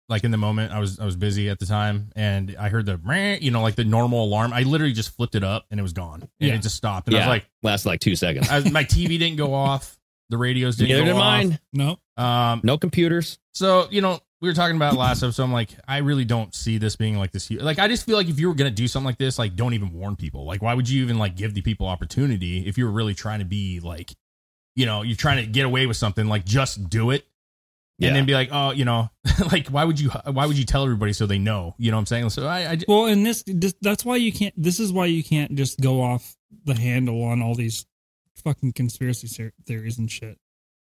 S4: Like in the moment, I was I was busy at the time, and I heard the meh, you know like the normal alarm. I literally just flipped it up, and it was gone, and
S3: Yeah.
S4: it just stopped. And I
S5: Yeah.
S4: was like,
S5: Lasted like two seconds.
S4: I was, my TV didn't go off, the radios didn't
S5: Neither
S4: go
S5: did
S4: off.
S5: mine.
S3: No.
S4: Um,
S5: No computers.
S4: so you know, we were talking about it last episode. I'm like, I really don't see this being like this. huge- Like, I just feel like if you were gonna do something like this, like, don't even warn people. Like, why would you even like give the people opportunity if you were really trying to be like, you know, you're trying to get away with something? Like, just do it.
S5: Yeah.
S4: And then be like, oh, you know, like why would you why would you tell everybody so they know? You know what I'm saying? So I, I j-
S3: Well, and this, this that's why you can't. This is why you can't just go off the handle on all these fucking conspiracy ser- theories and shit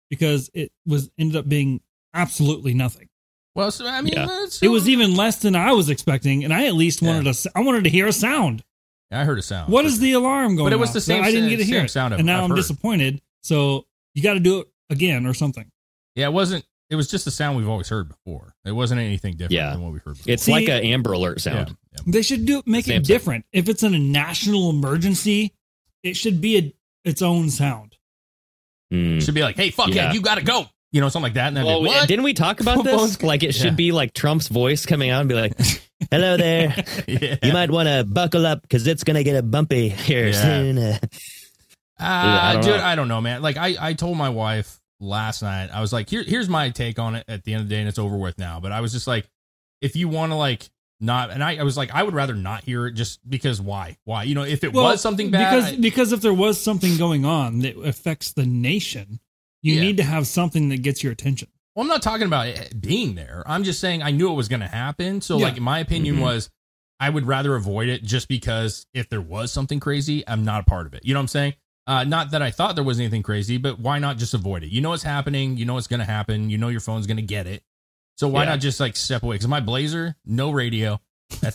S3: because it was ended up being absolutely nothing.
S4: well, so I mean,
S5: Yeah.
S4: that's-
S3: It was even less than I was expecting, and I at least wanted
S4: Yeah.
S3: to. I wanted to hear a sound.
S4: I heard a sound.
S3: What is the alarm going?
S4: But it was
S3: off?
S4: the same
S3: I didn't
S4: sa-
S3: get to hear
S4: same
S3: it.
S4: sound I've-
S3: and now
S4: I've
S3: am
S4: heard.
S3: disappointed. So you got to do it again or something.
S4: Yeah, it wasn't. It was just a sound we've always heard before. It wasn't anything different
S5: Yeah.
S4: than what we've heard before.
S5: It's
S3: See-
S5: like an Amber Alert
S4: yeah.
S5: sound.
S4: yeah.
S3: They should do make
S5: Same
S3: it
S5: sound.
S3: different. If it's in a national emergency, it should be a, its own sound.
S5: Mm.
S4: should be like, hey, fuck yeah,
S5: Yeah.
S4: you gotta go. You know, something like that. And then
S5: Well,
S4: be, what?
S5: didn't we talk about this?
S4: Bones-
S5: Like it should
S4: Yeah.
S5: be like Trump's voice coming out and be like, "Hello there,
S4: yeah.
S5: you might want to buckle up because it's gonna get a bumpy here
S4: Yeah.
S5: soon."
S4: uh,
S5: I don't
S4: dude,
S5: know.
S4: I don't know, man. Like I, I told my wife last night, I was like, here, here's my take on it at the end of the day, and it's over with now. But I was just like, if you want to like not, and I, I was like, I would rather not hear it just because why, why, you know, if it was something bad,
S3: because
S4: I-
S3: because if there was something going on that affects the nation, you
S4: Yeah.
S3: need to have something that gets your attention.
S4: Well, I'm not talking about it being there. I'm just saying I knew it was going to happen. So,
S3: Yeah.
S4: like, my opinion
S5: Mhm.
S4: was I would rather avoid it just because if there was something crazy, I'm not a part of it. You know what I'm saying? Uh, not that I thought there was anything crazy, but why not just avoid it? You know what's happening. You know what's going to happen. You know your phone's going to get it. So why
S5: Yeah.
S4: not just like step away? Because my blazer, no radio. That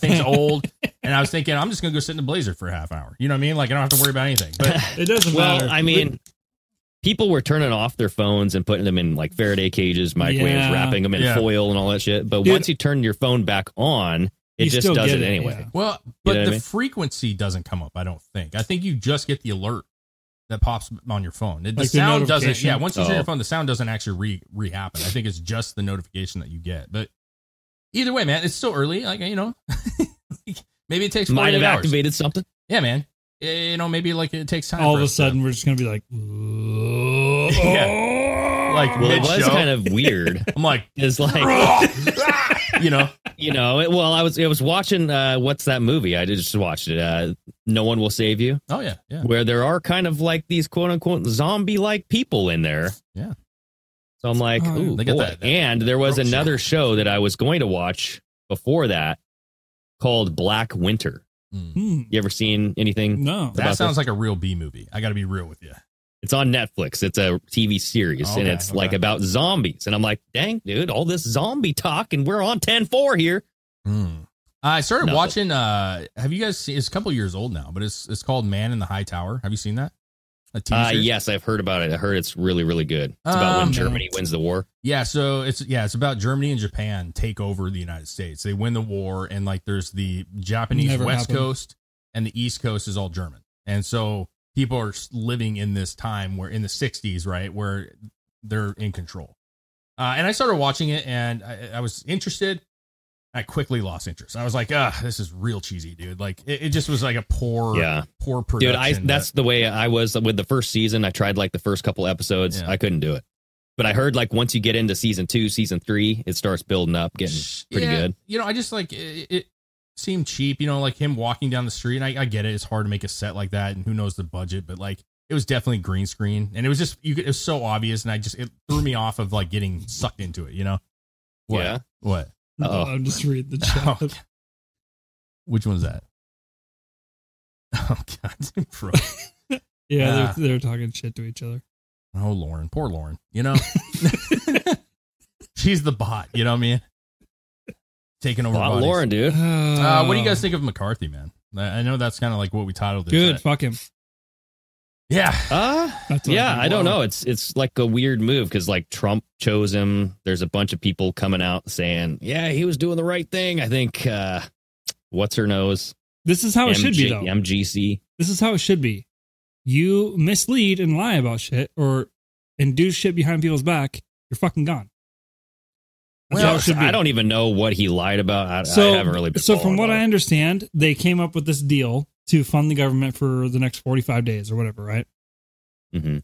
S4: thing's old. And I was thinking, I'm just going to go sit in the blazer for a half hour. You know what I mean? Like, I don't have to worry about anything. But
S3: It doesn't matter.
S5: well, I mean, people were turning off their phones and putting them in like Faraday cages, microwaves,
S3: Yeah.
S5: wrapping them in
S4: Yeah.
S5: foil and all that shit. But
S3: Dude.
S5: once you turn your phone back on, it
S3: You
S5: just
S3: still
S5: does
S3: get
S5: it,
S3: it,
S5: anyway.
S3: yeah.
S4: Well, but
S5: know what I
S4: the
S5: mean?
S4: frequency doesn't come up. I don't think. I think you just get the alert that pops on your phone. The
S3: Like the
S4: sound doesn't.
S3: notification?
S4: Yeah, once you turn
S5: Oh.
S4: your phone, the sound doesn't actually re re happen. I think it's just the notification that you get. But either way, man, it's still early. Like you know, maybe it takes
S5: Might
S4: forty
S5: have
S4: hours.
S5: activated something.
S4: Yeah, man. Eh, You know, maybe like it takes time.
S3: all
S4: for
S3: of a
S4: us to-
S3: sudden we're just gonna be like, "Whoa."
S4: Yeah. like
S5: Well, it
S4: Oh, mid
S5: was
S4: show,
S5: kind of weird.
S4: I'm like,
S5: It's like
S4: you know,
S5: you know, it, well, I was I was watching uh, what's that movie? I just watched it. Uh, no one will save you.
S4: oh yeah, yeah.
S5: where there are kind of like these quote unquote zombie like people in there.
S4: Yeah.
S5: So I'm like,
S3: Oh,
S5: ooh,
S4: they got
S5: boy.
S4: that- that
S5: and there was
S4: throat
S5: another show that I was going to watch before that called Black Winter.
S4: Mm.
S3: Hmm,
S5: You ever seen anything?
S3: no,
S5: About
S4: That
S5: this-
S4: sounds like a real B movie. I got to be real with you.
S5: It's on Netflix. It's a TV series and
S4: Okay,
S5: it's like
S4: okay.
S5: about zombies. And I'm like, dang, dude, all this zombie talk and we're on 10 4 here.
S4: I started
S5: Mm. Nothing.
S4: watching. Uh, have you guys seen? It's a couple years old now, but it's it's called Man in the High Tower. Have you seen that? A TV
S5: Uh,
S4: series?
S5: yes, I've heard about it. I heard it's really, really good. It's about
S4: Um,
S5: when Germany wins the war.
S4: Yeah, so it's yeah, it's about Germany and Japan take over the United States. They win the war, and like there's the Japanese
S3: Never
S4: West
S3: happened.
S4: Coast and the East Coast is all German, and so people are s- living in this time where in the '60s, right, where they're in control. Uh, and I started watching it, and I, I was interested. I quickly lost interest. I was like, "Ah, this is real cheesy, dude." Like it, it just was like a poor,
S5: Yeah.
S4: poor
S5: Dude,
S4: production.
S5: I
S4: that-
S5: that's the way I was with the first season. I tried like the first couple episodes.
S4: Yeah.
S5: I couldn't do it. But I heard like once you get into season two, season three, it starts building up, getting pretty
S4: Yeah,
S5: good.
S4: You know, I just like it, it seemed cheap. You know, like him walking down the street. And I, I get it; it's hard to make a set like that, and who knows the budget. But like, it was definitely green screen, and it was just you. Could, it was so obvious, and I just it threw me off of like getting sucked into it. You know? What?
S5: Yeah.
S4: What?
S3: no,
S5: Uh-oh.
S3: I'm just reading the chat.
S4: Oh, Which one's that? Oh God, bro.
S3: yeah,
S4: Ah.
S3: they're, they're talking shit to each other.
S4: Oh Lauren, poor Lauren. You know, she's the bot. You know what I mean? Taking over.
S5: Bob
S4: bodies.
S5: Lauren, dude.
S4: Uh, what do you
S5: Oh.
S4: guys think of McCarthy, man? I I know that's kind of like what we titled this.
S3: Good,
S4: at.
S3: fuck him.
S4: Yeah.
S5: Uh,
S3: That's what
S5: yeah,
S3: I'm
S5: I don't
S3: thinking.
S5: know. It's it's like a weird move because like Trump chose him. There's a bunch of people coming out saying, yeah, he was doing the right thing. I think uh, what's her nose?
S3: This is how it should be,
S5: MG
S3: though.
S5: MGC.
S3: This is how it should be. you mislead and lie about shit or and do shit behind people's back, you're fucking gone. That's how
S5: Well,
S3: it should be.
S5: I don't even know what he lied about. I,
S3: So,
S5: I haven't really. Been
S3: so from
S5: following
S3: what
S5: all
S3: I
S5: that.
S3: understand, they came up with this deal to fund the government for the next 45 days or whatever, right?
S5: Mhm.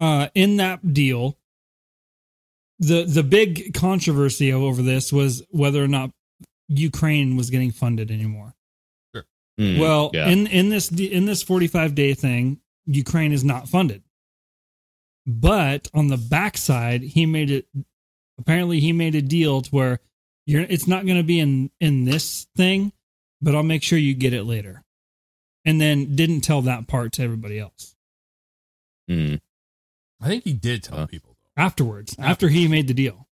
S3: uh, in that deal, the the big controversy over this was whether or not Ukraine was getting funded anymore.
S5: Mm,
S3: well,
S5: yeah.
S3: in in this in this forty five day thing, Ukraine is not funded. But on the backside, he made it. Apparently, he made a deal to where you're. It's not going to be in in this thing, but I'll make sure you get it later. And then didn't tell that part to everybody else
S5: Mm.
S4: I think he did tell
S5: Huh.
S4: people though.
S3: afterwards. After he made the deal.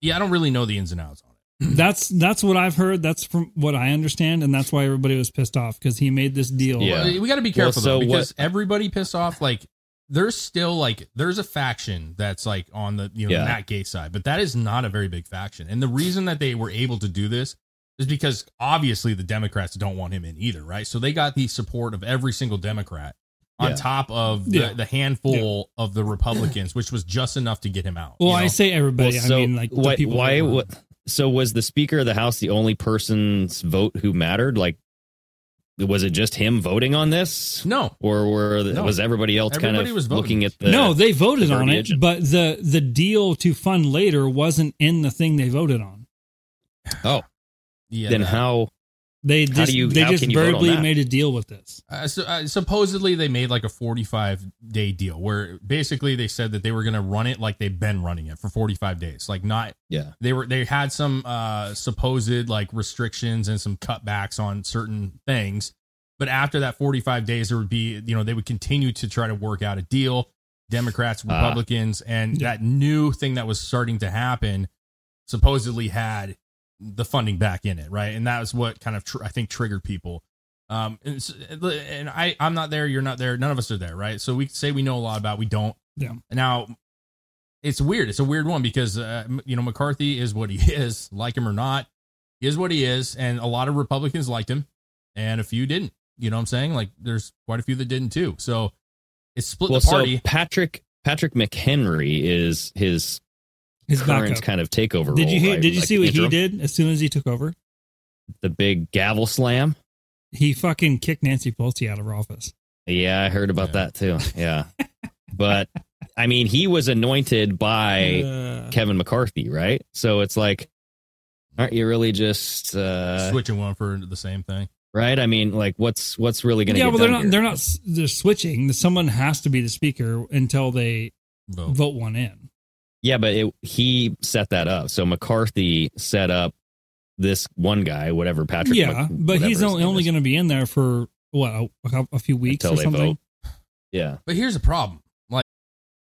S4: Yeah, I don't really know the ins and outs on it.
S3: That's that's what I've heard. That's from what I understand, and that's why everybody was pissed off because he made this deal.
S5: Yeah.
S4: Well, we got to be careful
S5: Well, so
S4: though because everybody pissed off. Like there's still like there's a faction that's like on the you know
S5: Yeah.
S4: the Matt Gates side, but that is not a very big faction. And the reason that they were able to do this is because obviously the Democrats don't want him in either, right? So they got the support of every single Democrat on
S5: Yeah.
S4: top of the,
S3: Yeah.
S4: the handful of the Republicans, which was just enough to get him out.
S3: Well,
S4: you
S3: I
S4: know?
S3: say
S5: Well,
S3: everybody.
S5: so
S3: I mean, like the
S5: why?
S3: people
S5: Why?
S3: that were-
S5: What, so was the Speaker of the House the only person's vote who mattered? Like, was it just him voting on this,
S4: no.
S5: or were the,
S4: No.
S5: was everybody else kind
S4: Everybody
S5: of
S4: was voting.
S5: looking at the?
S3: no, they voted
S5: the
S3: on it,
S5: verbiage.
S3: but the the deal to fund later wasn't in the thing they voted on.
S5: oh,
S4: Yeah,
S5: then
S4: that-
S5: how?
S3: They
S5: How
S3: just
S5: do you-
S3: they
S5: how
S3: just
S5: can you vote on
S3: verbally
S5: that?
S3: made a deal with this.
S4: Uh, so, uh, supposedly they made like a 45 day deal where basically they said that they were going to run it like they've been running it for 45 days like not
S5: Yeah,
S4: they were they had some uh supposed like restrictions and some cutbacks on certain things but after that 45 days there would be you know they would continue to try to work out a deal democrats
S5: Ah.
S4: republicans and that new thing that was starting to happen supposedly had the funding back in it right and that was what kind of tr- i think triggered people um and, s- and i i'm not there you're not there none of us are there right so we say we know a lot about it, we don't
S3: Yeah.
S4: now it's weird. It's a weird one because uh, m- you know McCarthy is what he is, like him or not, he is what he is, and a lot of Republicans liked him, and a few didn't. You know what I'm saying? Like there's quite a few that didn't too. So it's split
S5: well,
S4: the
S5: so
S4: party.
S5: Patrick Patrick McHenry is his,
S3: His
S5: current
S3: backup.
S5: kind of takeover.
S3: did you
S5: role,
S3: hear,
S5: right?
S3: did you
S5: Like
S3: see what he
S5: interim?
S3: did as soon as he took over?
S5: The big gavel slam.
S3: He fucking kicked Nancy Pelosi out of her office.
S5: Yeah, I heard about
S4: Yeah.
S5: that too. Yeah, but I mean, he was anointed by.
S3: Uh,
S5: Kevin McCarthy, right? So it's like, aren't you really just uh,
S4: Switching one for the same thing.
S5: right? I mean, like, what's what's really going to
S3: yeah,
S5: get
S3: well, they're not
S5: done
S3: they're
S5: here?
S3: not s- they're switching. Someone has to be the speaker until they
S5: Oh.
S4: Vote.
S3: vote one in.
S5: Yeah, but it, he set that up. So McCarthy set up this one guy, whatever Patrick.
S3: yeah,
S5: Mc-
S3: but he's
S5: whatever his
S3: only,
S5: name
S3: only
S5: is,
S3: going to be in there for what a, a- a few weeks
S5: until
S3: or
S5: they
S3: something.
S5: vote. Yeah,
S4: But here's the problem. Like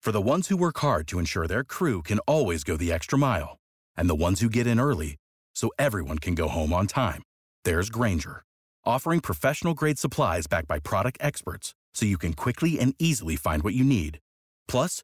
S2: For the ones who work hard to ensure their crew can always go the extra mile, and the ones who get in early so everyone can go home on time, there's Granger, offering professional grade supplies backed by product experts so you can quickly and easily find what you need. Plus,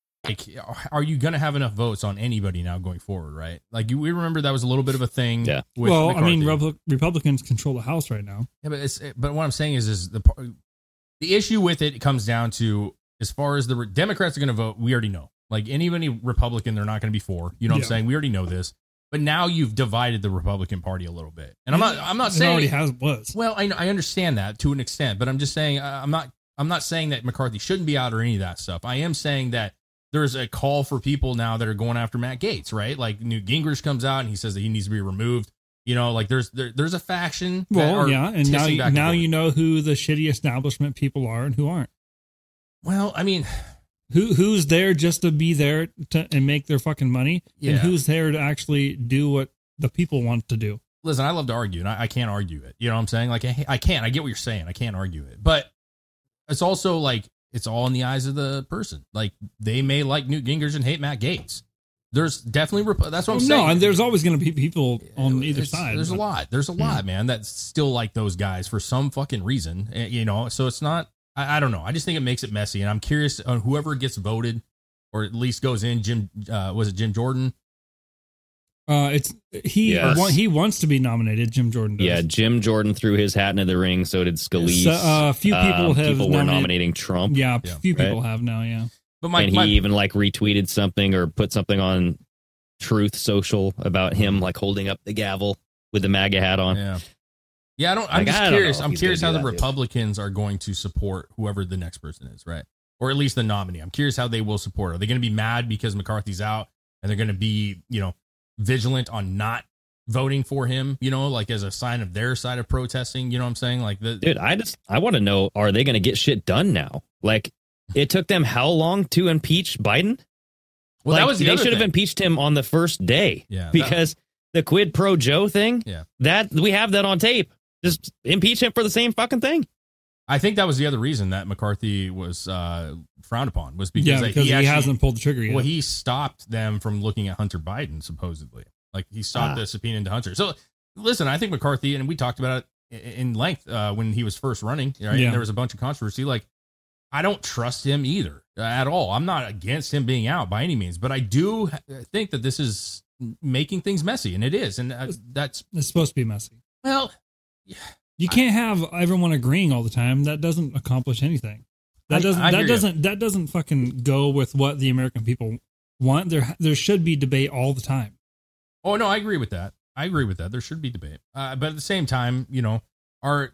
S4: like are you going to have enough votes on anybody now going forward, right? Like you, we remember that was a little bit of a thing
S5: Yeah.
S4: with
S3: well, I mean,
S4: McCarthy.
S3: Repub- Republicans control the House right now.
S4: Yeah, but it's but what I'm saying is is the par- the issue with it comes down to as far as the re- Democrats are going to vote. We already know. Like anybody Republican, they're not going to be for. You know what
S3: Yeah.
S4: I'm saying? We already know this. But now you've divided the Republican Party a little bit, and I'm not. I'm not
S3: it
S4: saying.
S3: already has was.
S4: well, I know, I understand that to an extent, but I'm just saying I- I'm not. I'm not saying that McCarthy shouldn't be out or any of that stuff. I am saying that there's a call for people now that are going after Matt Gates, right? Like Newt Gingrich comes out and he says that he needs to be removed. You know, like there's there, there's a faction. that
S3: Well,
S4: are
S3: yeah, and now
S4: tissing
S3: you-
S4: back and
S3: now
S4: forth.
S3: you know who the shitty establishment people are and who aren't.
S4: Well, I mean,
S3: Who who's there just to be there to, and make their fucking money,
S4: Yeah.
S3: and who's there to actually do what the people want to do?
S4: listen, I love to argue, and I, I can't argue it. You know what I'm saying? Like, I, I can't. I get what you're saying. I can't argue it, but it's also like it's all in the eyes of the person. Like, they may like Newt Gingrich and hate Matt Gates. There's definitely rep- that's what I'm
S3: Well,
S4: saying.
S3: no, and there's always going to be people on either
S4: It's-
S3: side.
S4: There's a lot. There's a lot, man. That still like those guys for some fucking reason. eh, You know, so it's not. I, I don't know. I just think it makes it messy, and I'm curious on whoever gets voted or at least goes in. Jim uh, was it Jim Jordan?
S3: Uh, it's he
S5: Yes.
S3: wa- he wants to be nominated. Jim Jordan does.
S5: Yeah, Jim Jordan threw his hat into the ring. So did Scalise.
S3: So, uh, a few people
S5: Um,
S3: have
S5: people were
S3: nominated-
S5: nominating Trump.
S3: yeah.
S4: Yeah,
S3: few
S5: right.
S3: people have now. Yeah.
S4: But my,
S5: and he
S4: my
S5: even like retweeted something or put something on Truth Social about him like holding up the gavel with the MAGA hat on.
S4: yeah, yeah. I don't. I'm
S5: Like,
S4: just
S5: I don't know
S4: curious.
S5: if
S4: I'm
S5: he's
S4: curious how
S5: gonna do
S4: the
S5: that, dude.
S4: Republicans are going to support whoever the next person is, right? Or at least the nominee. I'm curious how they will support. Are they going to be mad because McCarthy's out, and they're going to be, you know, vigilant on not voting for him? You know, like as a sign of their side of protesting. You know what I'm saying? Like the
S5: Dude, I just I want to know are they going to get shit done now? Like it took them how long to impeach Biden?
S4: well,
S5: Like,
S4: that was the
S5: they
S4: other
S5: should have
S4: thing.
S5: impeached him on the first day.
S4: Yeah, that-
S5: because the quid pro Joe thing.
S4: Yeah.
S5: that we have that on tape. Just impeach him for the same fucking thing.
S4: I think that was the other reason that McCarthy was uh, frowned upon was because,
S3: yeah,
S4: that
S3: because he,
S4: actually-
S3: hasn't pulled the trigger yet.
S4: Well, he stopped them from looking at Hunter Biden, supposedly. Like he stopped the subpoena into Hunter. So listen, I think McCarthy, and we talked about it i- in length uh, when he was first running, right?
S3: Yeah.
S4: And there was a bunch of controversy. Like, I don't trust him either uh, at all. I'm not against him being out by any means, but I do ha- uh, think that this is making things messy, and it is. And uh, that's,
S3: it's supposed to be messy.
S4: well,
S3: You can't have everyone agreeing all the time. That doesn't accomplish anything. That
S4: I-
S3: doesn't.
S4: I hear
S3: that
S4: you.
S3: doesn't. That doesn't fucking go with what the American people want. There, there should be debate all the time.
S4: Oh no, I agree with that. I agree with that. There should be debate, uh, but at the same time, you know, are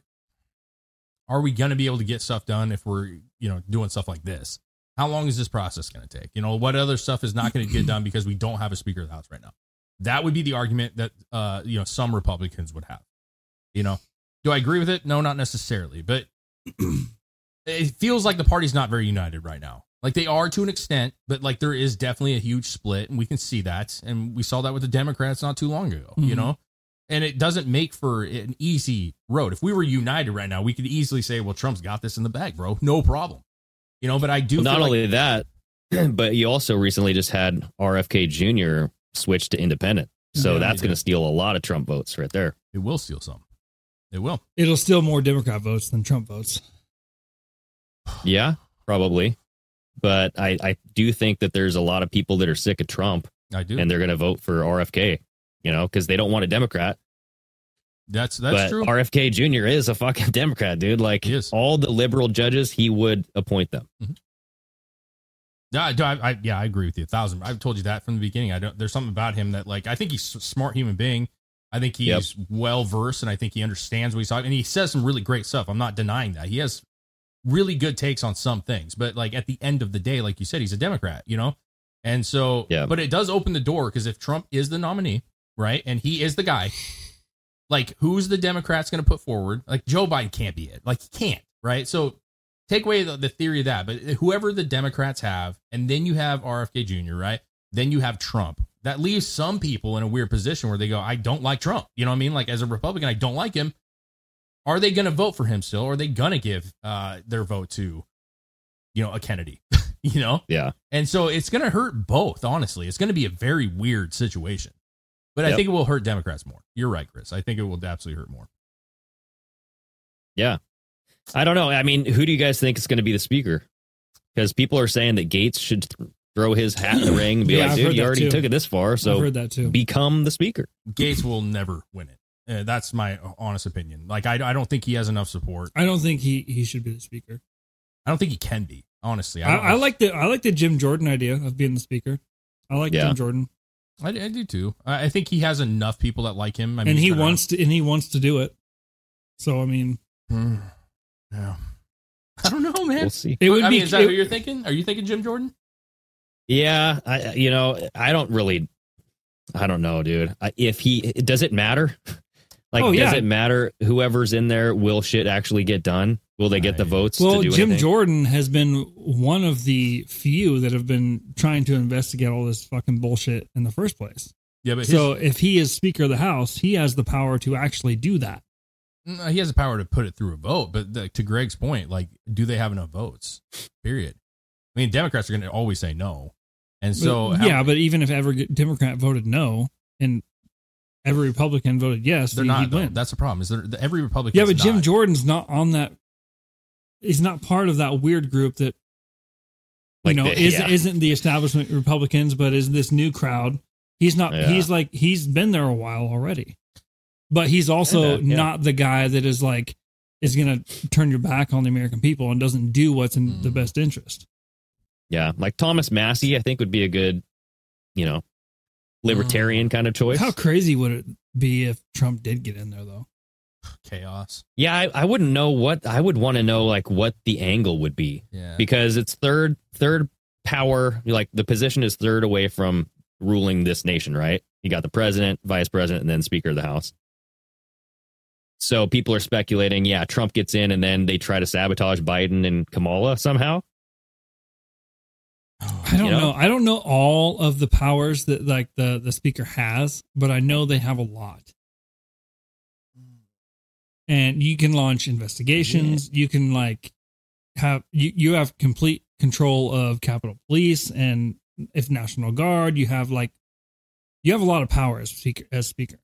S4: are we going to be able to get stuff done if we're you know doing stuff like this? How long is this process going to take? You know, what other stuff is not going to get done because we don't have a Speaker of the House right now? That would be the argument that uh, you know some Republicans would have. You know, do I agree with it? No, not necessarily, but it feels like the party's not very united right now. Like they are to an extent, but like there is definitely a huge split, and we can see that, and we saw that with the Democrats not too long ago. You
S3: Mhm.
S4: know, and it doesn't make for an easy road. If we were united right now, we could easily say, "Well, Trump's got this in the bag, bro. No problem." You know, but I do
S5: Well,
S4: feel
S5: not
S4: like-
S5: only that, but you also recently just had RFK Jr. switch to independent. So
S4: Yeah,
S5: that's
S4: he did.
S5: going to steal a lot of Trump votes right there.
S4: it will steal some. It will.
S3: It'll steal more Democrat votes than Trump votes.
S5: Yeah, probably. But I, I do think that there's a lot of people that are sick of Trump
S4: I do.
S5: and they're going to vote for RFK, you know, because they don't want a Democrat.
S4: that's that's
S5: but
S4: true.
S5: RFK Jr. is a fucking Democrat, dude. Like
S4: He is.
S5: all the liberal judges, he would appoint them.
S4: Yeah, I, do- I, I- yeah, I agree with you a thousand. I've told you that from the beginning. I don't. There's something about him that like I think he's a smart human being. I think he's
S5: Yep.
S4: well versed, and I think he understands what he's talking. And he says some really great stuff. I'm not denying that. He has really good takes on some things, but like at the end of the day, like you said, he's a Democrat. You know, and so
S5: Yeah.
S4: But it does open the door because if Trump is the nominee, right, and he is the guy, like who's the Democrats going to put forward? Like Joe Biden can't be it. Like he can't, right? So take away the, the theory of that, but whoever the Democrats have, and then you have RFK Jr., right? Then you have Trump. That leaves some people in a weird position where they go, I don't like Trump. You know what I mean? Like as a Republican, I don't like him. Are they going to vote for him still? Or are they going to give uh, their vote to, you know, a Kennedy? you know,
S5: Yeah.
S4: and so it's going to hurt both, honestly. It's going to be a very weird situation. But I
S5: Yep.
S4: think it will hurt Democrats more. You're right, Chris. I think it will absolutely hurt more.
S5: Yeah. I don't know. I mean, who do you guys think is going to be the speaker? Because people are saying that Gates should th- throw his hat in the ring and be
S3: Yeah,
S5: like,
S3: I've
S5: dude,
S3: heard
S5: you
S3: that
S5: already
S3: too.
S5: took it this far.
S3: I've
S5: So
S3: heard that too.
S5: become the speaker.
S4: Gates will never win it. Uh, that's my honest opinion. Like, I, I don't think he has enough support.
S3: I don't think he he should be the speaker.
S4: I don't think he can be, honestly.
S3: I,
S4: don't-
S3: I like the I like the Jim Jordan idea of being the speaker. I like
S5: Yeah.
S3: Jim Jordan,
S4: I, I do too. I, I think he has enough people that like him. I mean,
S3: and he
S4: he's been
S3: wants to and he wants to do it. So I mean,
S4: around- Hmm. Yeah. I don't know, man.
S5: We'll see.
S3: it would
S4: I
S3: be
S4: mean, is that
S3: it-
S4: who you're thinking? Are you thinking Jim Jordan?
S5: Yeah. I, you know, I don't really, I don't know, dude. I, if he, does it matter? Like,
S3: Oh, yeah.
S5: does it matter whoever's in there? Will shit actually get done? Will they get the votes?
S3: Well,
S5: to do
S3: Jim
S5: anything?
S3: Jordan has been one of the few that have been trying to investigate all this fucking bullshit in the first place.
S4: Yeah, but his,
S3: so if he is Speaker of the House, he has the power to actually do that.
S4: No, mm, he has the power to put it through a vote. But the, to Greg's point, like, do they have enough votes? Period. I mean, Democrats are going to always say no, and so
S3: But- yeah, but even if every Democrat voted no and every Republican voted yes,
S4: they're
S3: he-
S4: not.
S3: he'd
S4: though.
S3: win.
S4: That's the problem. Is there every Republican?
S3: yeah, but Jim
S4: not.
S3: Jordan's not on that. He's not part of that weird group that
S5: Like
S3: you know
S5: the-
S3: is,
S5: yeah.
S3: isn't the establishment Republicans, but is this new crowd. He's not.
S5: Yeah.
S3: He's like he's been there a while already, but he's also
S5: Kinda, yeah.
S3: not the guy that is like is going to turn your back on the American people and doesn't do what's in
S4: mm,
S3: the best interest.
S5: Yeah, like Thomas Massey, I think would be a good, you know, libertarian kind of choice.
S3: Uh, How crazy would it be if Trump did get in there though?
S4: chaos.
S5: yeah, I, I wouldn't know what I would want to know, like what the angle would be
S4: Yeah,
S5: because it's third third power. Like the position is third away from ruling this nation, right? You got the president, vice president, and then Speaker of the House. So people are speculating, yeah, Trump gets in, and then they try to sabotage Biden and Kamala somehow.
S3: I don't
S5: You know?
S3: know? I don't know all of the powers that like the the speaker has, but I know they have a lot. And you can launch investigations. You can like have you you have complete control of Capitol Police and if National Guard. You have like you have a lot of power as speaker as speaker,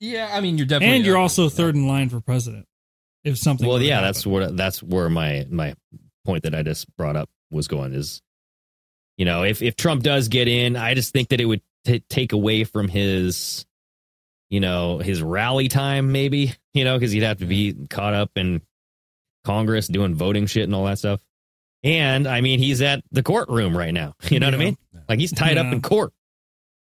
S4: yeah. I mean, you're definitely
S3: and you're
S4: up
S3: also
S4: there.
S3: third in line for president. If something
S5: well
S3: were to
S5: yeah
S3: happen.
S5: that's what that's where my my point that i just brought up was going is you know if if trump does get in i just think that it would t- take away from his you know his rally time maybe you know because he'd have to be caught up in congress doing voting shit and all that stuff and i mean he's at the courtroom right now you know what i
S3: Yeah.
S5: mean like he's tied
S3: Yeah.
S5: up in court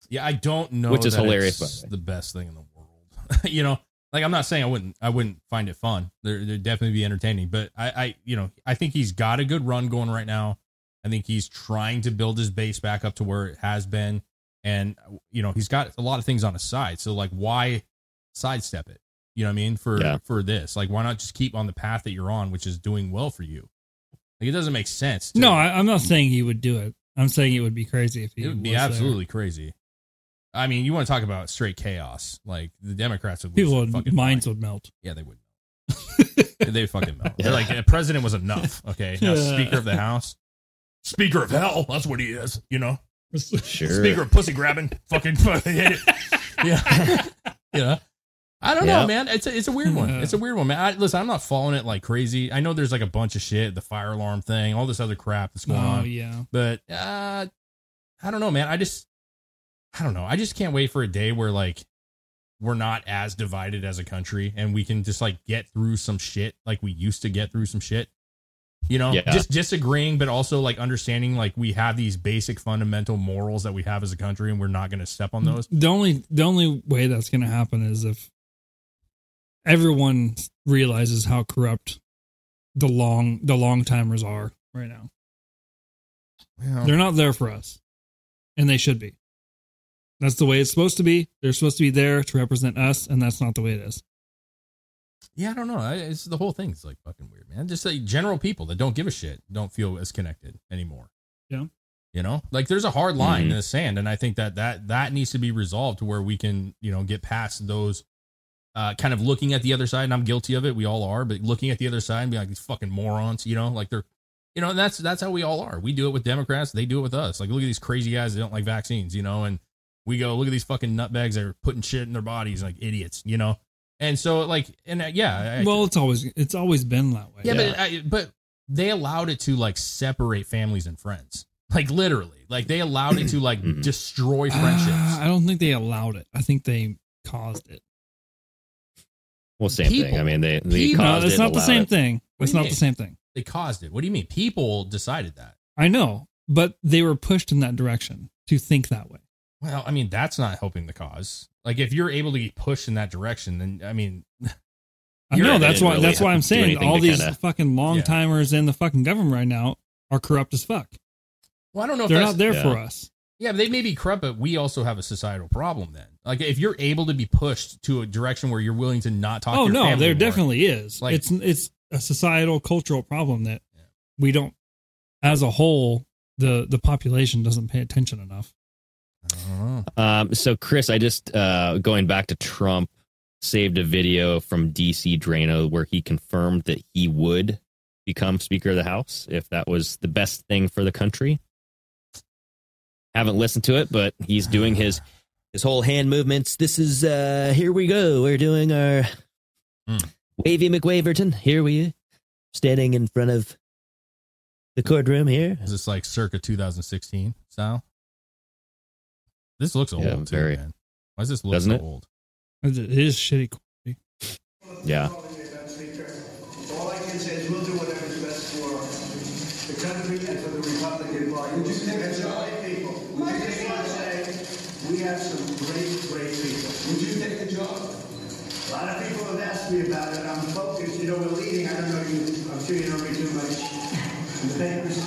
S4: Yeah, I don't know.
S5: Which is
S4: that
S5: hilarious,
S4: it's
S5: by the
S4: the best thing in the world. you know, like I'm not saying I wouldn't. I wouldn't find it fun. There, there'd definitely be entertaining. But I, I, you know, I think he's got a good run going right now. I think he's trying to build his base back up to where it has been, and you know, he's got a lot of things on his side. So like, why sidestep it? You know what I mean? For
S5: Yeah.
S4: for this, like, why not just keep on the path that you're on, which is doing well for you? Like, it doesn't make sense. to-
S3: no. I, I'm not saying he would do it. I'm saying it would be crazy if he
S4: it would be
S3: was there.
S4: absolutely crazy. I mean, you want to talk about straight chaos? Like the Democrats would lose
S3: people
S4: their
S3: would,
S4: fucking
S3: minds
S4: mind.
S3: would melt.
S4: Yeah, they would. they fucking melt. They're like, the president was enough. Okay, now
S3: Yeah.
S4: Speaker of the House, Speaker of Hell. That's what he is. You know,
S5: sure
S4: Speaker of Pussy Grabbing. Fucking yeah, yeah. I don't
S5: Yeah.
S4: know, man. It's a, it's a weird one.
S3: Yeah.
S4: It's a weird one, man. I, listen, I'm not following it like crazy. I know there's like a bunch of shit, the fire alarm thing, all this other crap that's going
S3: Oh
S4: on
S3: yeah.
S4: but uh i don't know man i just i don't know i just can't wait for a day where like we're not as divided as a country and we can just like get through some shit like we used to get through some shit you know
S5: Yeah.
S4: just disagreeing but also like understanding like we have these basic fundamental morals that we have as a country and we're not going to step on those
S3: The only the only way that's going to happen is if everyone realizes how corrupt the long the long timers are right now.
S4: Oh.
S3: They're not there for us, and they should be. That's the way it's supposed to be. They're supposed to be there to represent us, and that's not the way it is.
S4: yeah i don't know I, it's the whole thing's like fucking weird man just like general people that don't give a shit don't feel as connected anymore
S3: Yeah.
S4: You know, like there's a hard line
S5: Mhm.
S4: in the sand, and I think that that that needs to be resolved to where we can, you know, get past those uh, kind of looking at the other side. And I'm guilty of it. We all are, but looking at the other side and being like these fucking morons, you know, like they're, you know, and that's that's how we all are. We do it with Democrats. They do it with us. Like look at these crazy guys that don't like vaccines, you know, and we go look at these fucking nutbags that are putting shit in their bodies like idiots, you know. And so like, and uh, yeah, I-
S3: well, it's always it's always been that way.
S4: yeah, but I, but they allowed it to like separate families and friends, like literally, like they allowed it to like
S5: Mhm.
S4: destroy
S3: Uh, I
S4: friendships.
S3: don't think they allowed it. I think they caused it.
S5: well same thing
S4: People.
S5: i mean they, they
S4: People.
S5: caused
S3: no, it's
S5: it,
S3: not the
S5: allowed
S3: same
S5: it.
S3: thing.
S4: What do
S3: It's
S4: you
S3: not
S4: mean?
S3: the same thing.
S4: They caused it. What do you mean? People decided that.
S3: I know, but they were pushed in that direction to think that way.
S4: Well, I mean, that's not helping the cause. Like, if you're able to get pushed in that direction, then I mean,
S3: I
S4: You're
S3: know
S4: right, they
S3: that's
S4: didn't
S3: why.
S5: really
S3: that's why I'm
S5: do
S3: saying
S5: anything
S3: all
S5: to
S3: these
S5: kinda-
S3: fucking long
S4: Yeah.
S3: timers in the fucking government right now are corrupt as fuck.
S4: well, I don't know if
S3: They're
S4: that's,
S3: not there
S5: yeah.
S3: for us.
S4: Yeah, but they may be corrupt, but we also have a societal problem. Then, like, if you're able to be pushed to a direction where you're willing to not talk.
S3: Oh
S4: to your
S3: no,
S4: family
S3: there
S4: anymore,
S3: definitely is.
S4: Like-
S3: it's it's a societal cultural problem that we don't, as a whole, the the population doesn't pay attention enough.
S5: Um, so Chris, I just uh, going back to Trump saved a video from DC Drano where he confirmed that he would become Speaker of the House if that was the best thing for the country. Haven't listened to it, but he's doing his his whole hand movements. This is uh here we go. We're doing our
S4: Hmm.
S5: wavy McWaverton. Here we standing in front of the courtroom here.
S4: Is this like circa 2016 style? This looks old,
S5: Yeah,
S4: too,
S5: very.
S4: man. Why does this look
S5: Doesn't
S4: so
S5: it?
S4: old?
S3: It is shitty. quality.
S5: Yeah.
S1: All I can say is we'll do whatever is best for the country and for the Republican Party. You just take a jolly people. Would you take it and say, we have some great, great people. Would you take the job? A lot of people have asked me about it. I'm focused. You know, we're leading. I don't know you. I'm sure you don't read too much. in The papers.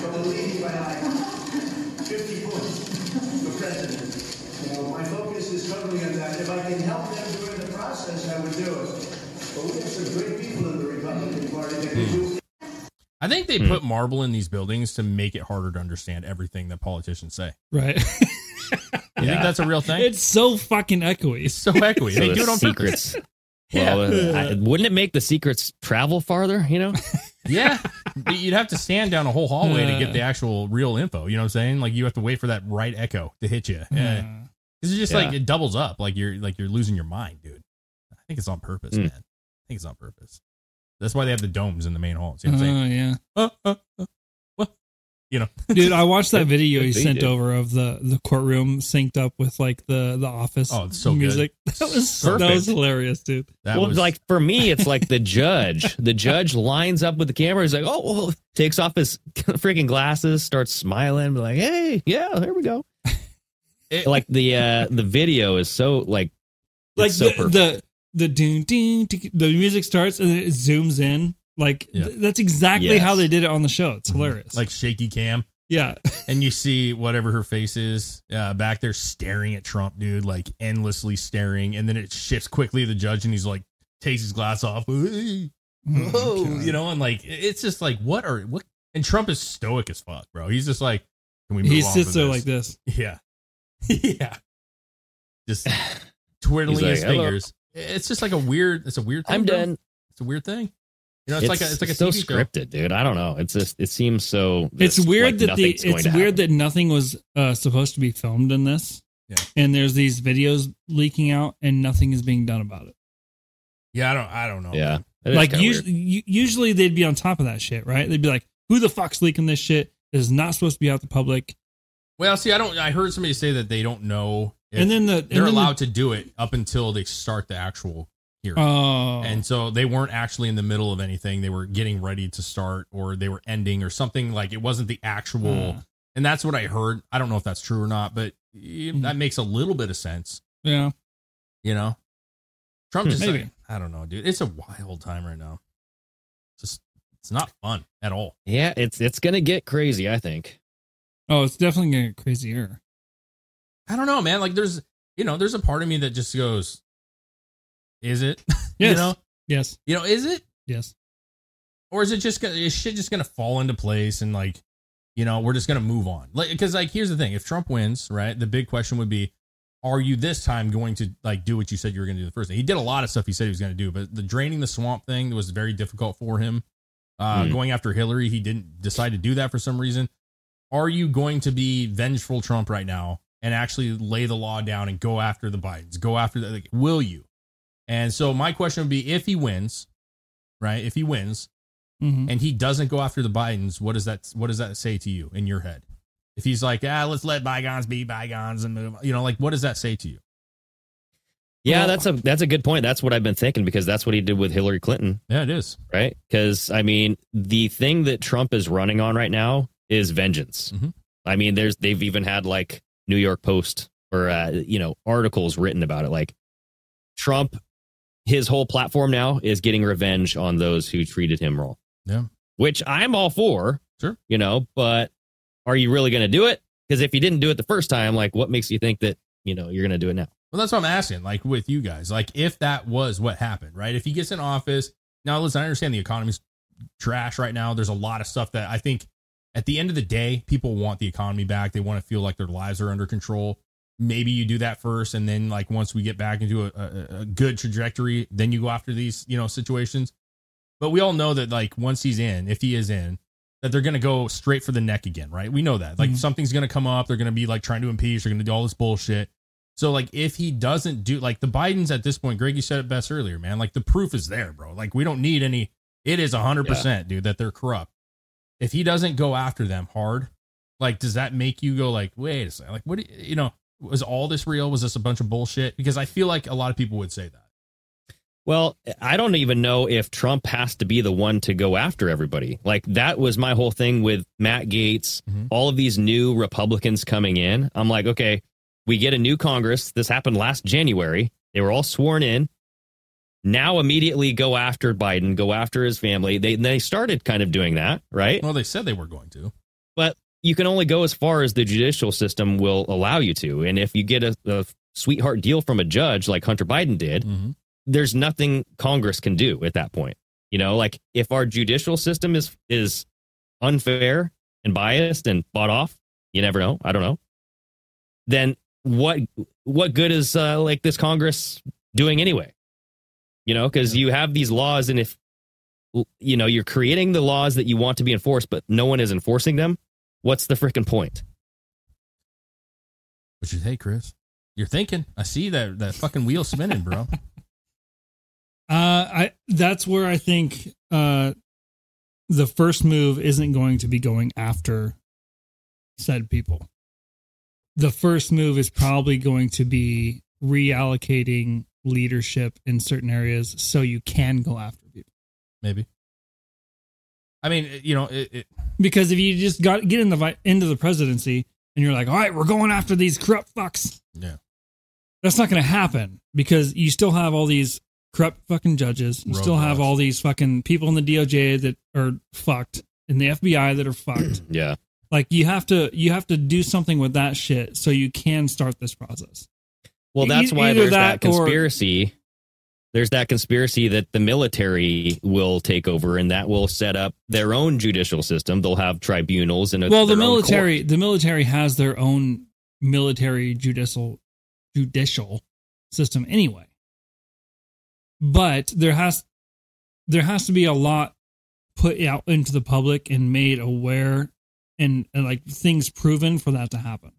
S1: But we're leading by like 50 points for president. You know, my focus is totally on that. If I can help them during the process, I would do it. But we have some great people in the Republican Party that can do
S4: I think
S5: Hmm.
S4: they put marble in these buildings to make it harder to understand everything that politicians say.
S3: Right.
S4: You think that's a real thing?
S3: it's so fucking
S4: It's
S3: echoey.
S4: so echoey.
S5: So
S4: they
S5: the
S4: do it on purpose.
S5: secrets. Well, I- wouldn't it make the secrets travel farther? You know,
S4: Yeah. But you'd have to stand down a whole hallway to get the actual real info. You know what I'm saying? Like you have to wait for that right echo to hit you. Yeah.
S3: Uh,
S4: It's just like
S5: Yeah.
S4: it doubles up. Like you're like you're losing your mind, dude. I think it's on purpose,
S5: Hmm.
S4: man. I think it's on purpose. That's why they have the domes in the main hall. See
S3: Oh
S4: what I'm saying?
S3: yeah,
S4: Uh, uh, uh, what? You know.
S3: dude! I watched that video you
S5: They
S3: sent
S5: did.
S3: over of the the courtroom synced up with like the the office.
S4: Oh, it's so good.
S3: music. That was that
S4: Perfect.
S3: was hilarious, dude.
S4: That
S5: well,
S4: was
S5: like for me, it's like the judge. The judge lines up with the camera. He's like, oh, oh," takes off his freaking glasses, starts smiling, be like, hey, yeah, there we go.
S4: It-
S5: like the uh the video is so like
S3: Like
S5: it's so
S3: the,
S5: perfect.
S3: the the doon doon tick- the music starts and then it zooms in. Like
S4: Yeah.
S3: th- that's exactly
S5: Yes.
S3: how they did it on the show. It's hilarious.
S4: like shaky cam,
S3: yeah,
S4: and you see whatever her face is uh, back there staring at Trump, dude, like endlessly staring, and then it shifts quickly to the judge, and he's like takes his glass off, "Hey, whoa,
S3: Oh,
S4: you know, and like it's just like what are what? And Trump is stoic as fuck, bro. He's just like, can we move
S3: he
S4: on
S3: sits
S4: from
S3: there
S4: this?
S3: like this.
S4: Yeah. yeah. Just twiddling
S5: He's like,
S4: his
S5: "Hello."
S4: fingers. It's just like a weird it's a weird thing.
S5: I'm
S4: bro.
S5: done.
S4: It's a weird thing. You know, it's, like a it's like a
S5: so
S4: TV show.
S5: scripted, dude. I don't know. It's just it seems so.
S3: It's
S5: just,
S3: weird
S5: like,
S3: that the
S5: nothing's going
S3: it's
S5: to
S3: weird
S5: happen.
S3: that nothing was uh, supposed to be filmed in this.
S4: Yeah.
S3: And there's these videos leaking out, and nothing is being done about it.
S4: Yeah, I don't I don't know.
S5: Yeah,
S4: man.
S5: It is
S3: like
S5: kinda
S3: usually,
S5: weird.
S3: u- usually they'd be on top of that shit, right? They'd be like, "Who the fuck's leaking this shit? This is not supposed to be out the public."
S4: Well, see, I don't I heard somebody say that they don't know if
S3: and then the
S4: they're
S3: and then
S4: allowed to do it up until they start the actual hearing.
S3: The, oh,
S4: and so they weren't actually in the middle of anything. They were getting ready to start or they were ending or something like it wasn't the
S5: Hmm.
S4: actual
S3: Uh.
S4: and that's what I heard. I don't know if that's true or not, but eh,
S3: Hmm.
S4: that makes a little bit of sense.
S3: yeah,
S4: You know, Trump
S5: Hmm.
S4: just
S3: Maybe.
S4: like, I don't know, dude. It's a wild time right now. Just it's not fun at all.
S5: yeah, it's it's gonna get crazy. I think.
S3: oh, it's definitely gonna get crazier.
S4: I don't know, man. Like there's you know there's a part of me that just goes, is it? you
S3: Yes.
S4: know,
S3: Yes,
S4: you know, is it
S3: yes,
S4: or is it just gonna is shit just gonna fall into place and like you know we're just gonna move on like because like here's the thing if Trump wins right the big question would be are you this time going to like do what you said you were gonna do the first day he did a lot of stuff he said he was gonna do but the draining the swamp thing was very difficult for him uh,
S5: Hmm.
S4: going after Hillary he didn't decide to do that for some reason are you going to be vengeful Trump right now and actually lay the law down and go after the Bidens go after the like will you and so my question would be if he wins right if he wins
S3: hmm
S4: and he doesn't go after the Bidens, what does that what does that say to you in your head? If he's like, ah, let's let bygones be bygones and move, on," you know, like what does that say to you?
S5: Yeah,
S3: Well-
S5: that's a that's a good point. That's what I've been thinking because that's what he did with Hillary Clinton.
S4: Yeah, it is.
S5: right? Because I mean, the thing that Trump is running on right now is vengeance.
S4: Mhm.
S5: I mean, there's they've even had like New York Post or uh, you know articles written about it. Like Trump, his whole platform now is getting revenge on those who treated him wrong.
S4: Yeah.
S5: which I'm all for.
S4: Sure.
S5: you know, but are you really going to do it? Because if you didn't do it the first time, like what makes you think that you know you're going to do it now?
S4: Well, that's what I'm asking. Like with you guys, like if that was what happened, right? If he gets in office Now, listen, I understand the economy's trash right now. There's a lot of stuff that I think at the end of the day, people want the economy back. They want to feel like their lives are under control. Maybe you do that first, and then like once we get back into a, a, a good trajectory, then you go after these you know situations. But we all know that like once he's in, if he is in, that they're going to go straight for the neck again, right? We know that like
S3: Mhm.
S4: something's going to come up. They're going to be like trying to impeach. They're going to do all this bullshit. So like if he doesn't do like the Bidens at this point, Greg, you said it best earlier, man. Like the proof is there, bro. Like we don't need any. It is hundred percent, dude, that they're corrupt. If he doesn't go after them hard, like does that make you go like, wait a second, like what? do you you know, was all this real? Was this a bunch of bullshit? Because I feel like a lot of people would say that.
S5: Well, I don't even know if Trump has to be the one to go after everybody. Like that was my whole thing with Matt Gates,
S4: Mhm.
S5: all of these new Republicans coming in. I'm like, okay, we get a new Congress. This happened last January. They were all sworn in. Now immediately go after Biden, go after his family. They they started kind of doing that, right?
S4: Well, they said they were going to.
S5: but you can only go as far as the judicial system will allow you to. And if you get a, a sweetheart deal from a judge like Hunter Biden did,
S4: Mhm.
S5: there's nothing Congress can do at that point. You know, like if our judicial system is is unfair and biased and bought off, you never know. I don't know. Then what what good is uh, like this Congress doing anyway? You know, because you have these laws, and if you know you're creating the laws that you want to be enforced, but no one is enforcing them, what's the freaking point?
S4: What you say, Chris? You're thinking. I see that that fucking wheel spinning, bro.
S3: Uh, I that's where I think uh, the first move isn't going to be going after said people. The first move is probably going to be reallocating leadership in certain areas so you can go after people.
S4: Maybe. I mean, it- you know, it, it,
S3: Because if you just got get in the vi- into the presidency and you're like, all right, we're going after these corrupt fucks.
S4: yeah.
S3: that's not going to happen because you still have all these corrupt fucking judges. You
S4: Rogue
S3: still have
S4: judge.
S3: all these fucking people in the DOJ that are fucked and the FBI that are fucked.
S5: Yeah,
S3: like you have to you have to do something with that shit so you can start this process.
S5: Well,
S3: E-
S5: that's why
S3: either
S5: there's that,
S3: that or-
S5: conspiracy. there's that conspiracy that the military will take over and that will set up their own judicial system. They'll have tribunals and a,
S3: well, the
S5: their own
S3: military
S5: court.
S3: the military has their own military judicial judicial system anyway. But there has there has to be a lot put out into the public and made aware and, and like things proven for that to happen.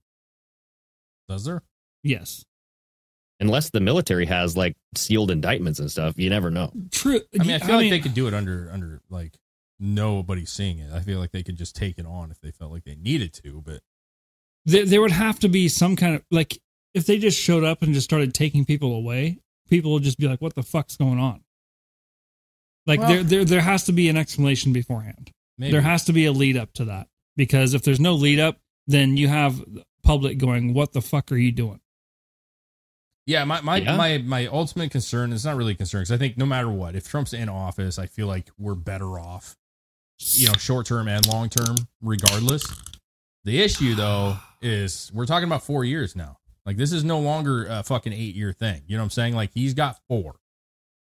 S4: Does there?
S3: Yes.
S5: Unless the military has like sealed indictments and stuff, you never know.
S3: True.
S4: I mean, I feel like they could do it under under like nobody seeing it. I feel like they could just take it on if they felt like they needed to. But
S3: there, there would have to be some kind of like if they just showed up and just started taking people away, people would just be like, "What the fuck's going on?" Like
S4: Well-
S3: there, there, there has to be an explanation beforehand.
S4: maybe
S3: There has to be a lead up to that because if there's no lead up, then you have the public going, "What the fuck are you doing?"
S4: yeah. My my
S5: Yeah.
S4: my my ultimate concern is not really a concern because I think no matter what, if Trump's in office, I feel like we're better off, you know, short term and long term, regardless. The issue though is we're talking about four years now. Like this is no longer a fucking eight year thing. You know what I'm saying? Like he's got four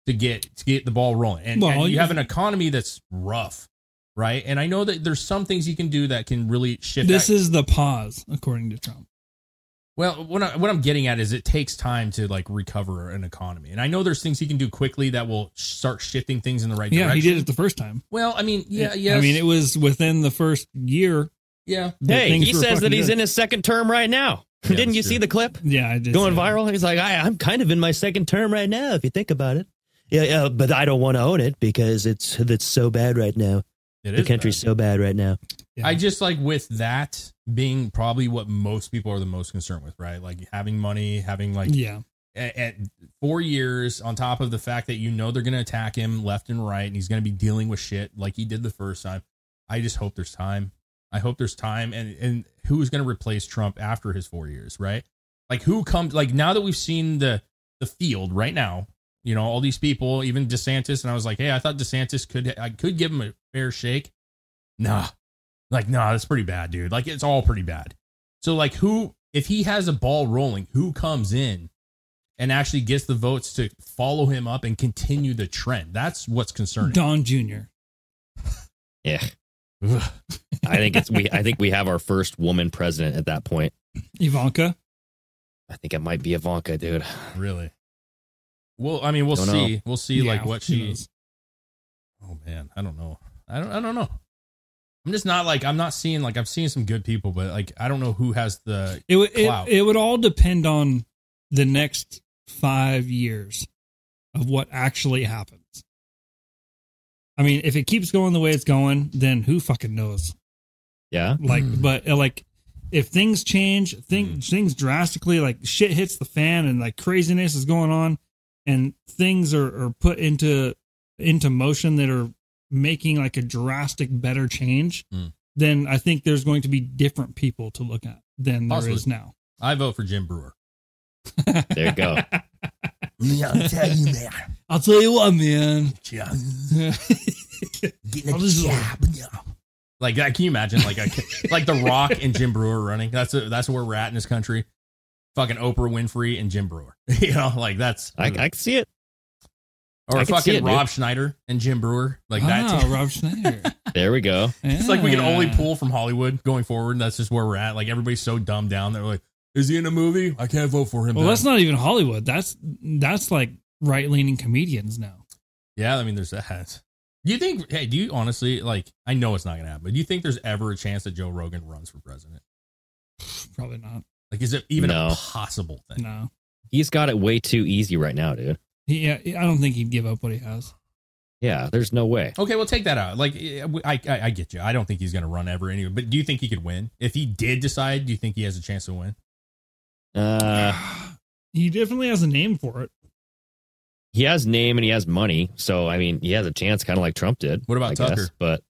S4: to get to get the ball rolling, and,
S3: Well,
S4: and you
S3: you-
S4: have an economy that's rough, right? And I know that there's some things you can do that can really shift.
S3: This
S4: is
S3: is the pause, according to Trump.
S4: well, what, I, what I'm getting at is it takes time to like recover an economy, and I know there's things you can do quickly that will sh- start shifting things in the right
S3: Yeah,
S4: direction.
S3: he did it the first time.
S4: Well, I mean, yeah,
S3: It-
S4: yes.
S3: I mean, it was within the first year.
S4: yeah.
S3: that
S5: hey,
S3: things
S5: he
S3: were
S5: says
S3: fucking
S5: that he's
S3: good.
S5: in his second term right now.
S4: Yeah,
S5: Didn't
S4: that's
S5: you
S4: true.
S5: see the clip
S3: Yeah, I did
S5: going
S3: see that.
S5: viral? He's like, I, I'm kind of in my second term right now, if you think about it. Yeah, yeah, but I don't want to own it because it's it's so bad right now.
S4: It
S5: The
S4: is
S5: country's
S4: bad.
S5: so bad right now.
S3: Yeah.
S4: I just like with that being probably what most people are the most concerned with, right? Like having money, having like
S3: yeah,
S4: at, at four years, on top of the fact that you know they're going to attack him left and right, and he's going to be dealing with shit like he did the first time. I just hope there's time. I hope there's time, and and who is going to replace Trump after his four years, right? Like who comes? Like now that we've seen the the field right now, you know all these people, even DeSantis, and I was like, hey, I thought DeSantis could I could give him a fair shake. Nah, like nah, that's pretty bad, dude. Like it's all pretty bad. So like who if he has a ball rolling, who comes in and actually gets the votes to follow him up and continue the trend. That's what's concerning.
S3: Don Jr.
S5: Yeah. I think it's we I think we have our first woman president at that point.
S3: Ivanka.
S5: I think it might be Ivanka, dude.
S4: Really? Well, I mean, we'll
S5: Don't know.
S4: see. We'll see like
S3: Yeah,
S4: what
S3: who
S4: she
S3: knows?
S4: Oh man, I don't know. I don't I don't know. I'm just not like I'm not seeing like I'm seeing some good people, but like I don't know who has the
S3: It would it,
S4: Clout.
S3: it would all depend on the next five years of what actually happens. I mean, if it keeps going the way it's going, then who fucking knows?
S5: Yeah.
S3: Like,
S4: Mm. Hmm.
S3: but uh, like, if things change, think things drastically, like shit hits the fan and like craziness is going on, and things are, are put into into motion that are making like a drastic better change.
S4: Mm.
S3: Then I think there's going to be different people to look at than there is
S4: Possibly.
S3: now.
S4: I vote for Jim Brewer.
S5: There you go.
S3: I'll tell you what, man. I'll just-
S4: Like that, can you imagine? Like, a, like The Rock and Jim Brewer running. That's a, that's where we're at in this country. Fucking Oprah Winfrey and Jim Brewer. you know, like that's
S5: I, I can see it.
S4: or
S5: I can see
S4: fucking
S5: it, dude. Oh,
S4: Rob Schneider and Jim Brewer. Like
S3: Wow,
S4: that.
S3: Ah, Rob Schneider.
S5: There we go.
S4: It's like we can only pull from Hollywood going forward. And that's just where we're at. Like everybody's so dumbed down. They're like, is he in a movie? I can't vote for him.
S3: Well,
S4: then.
S3: that's not even Hollywood. That's that's like right leaning comedians now.
S4: Yeah, I mean, there's that. Do you think? Hey, do you honestly like? I know it's not gonna happen, but do you think there's ever a chance that Joe Rogan runs for president?
S3: Probably not.
S4: Like, is it even
S5: No.
S4: a possible thing?
S3: No.
S5: He's got it way too easy right now, dude.
S3: He, yeah, I don't think he'd give up what he has.
S5: Yeah, there's no way.
S4: Okay, well, take that out. Like, I, I, I get you. I don't think he's gonna run ever anyway. But do you think he could win? If he did decide, do you think he has a chance to win?
S5: Uh
S3: He definitely has a name for it.
S5: he has name and he has money, so I mean, he has a chance, kind of like Trump did.
S4: What about
S5: I
S4: Tucker?
S5: but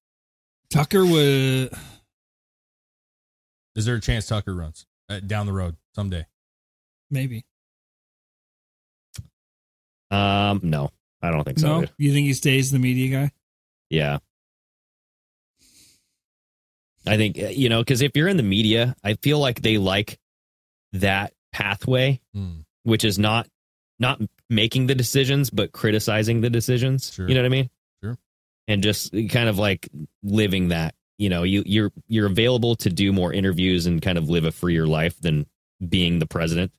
S3: Tucker would.
S4: Is there a chance Tucker runs uh, down the road someday?
S3: Maybe.
S5: um, no, I don't think so.
S3: No?
S5: Dude.
S3: You think he stays the media guy?
S5: Yeah, I think uh, you know because if you're in the media, I feel like they like that pathway,
S4: Hmm.
S5: which is not not making the decisions, but criticizing the decisions.
S4: Sure.
S5: You know what I mean?
S4: Sure.
S5: And just kind of like living that. You know, you you're you're available to do more interviews and kind of live a freer life than being the president.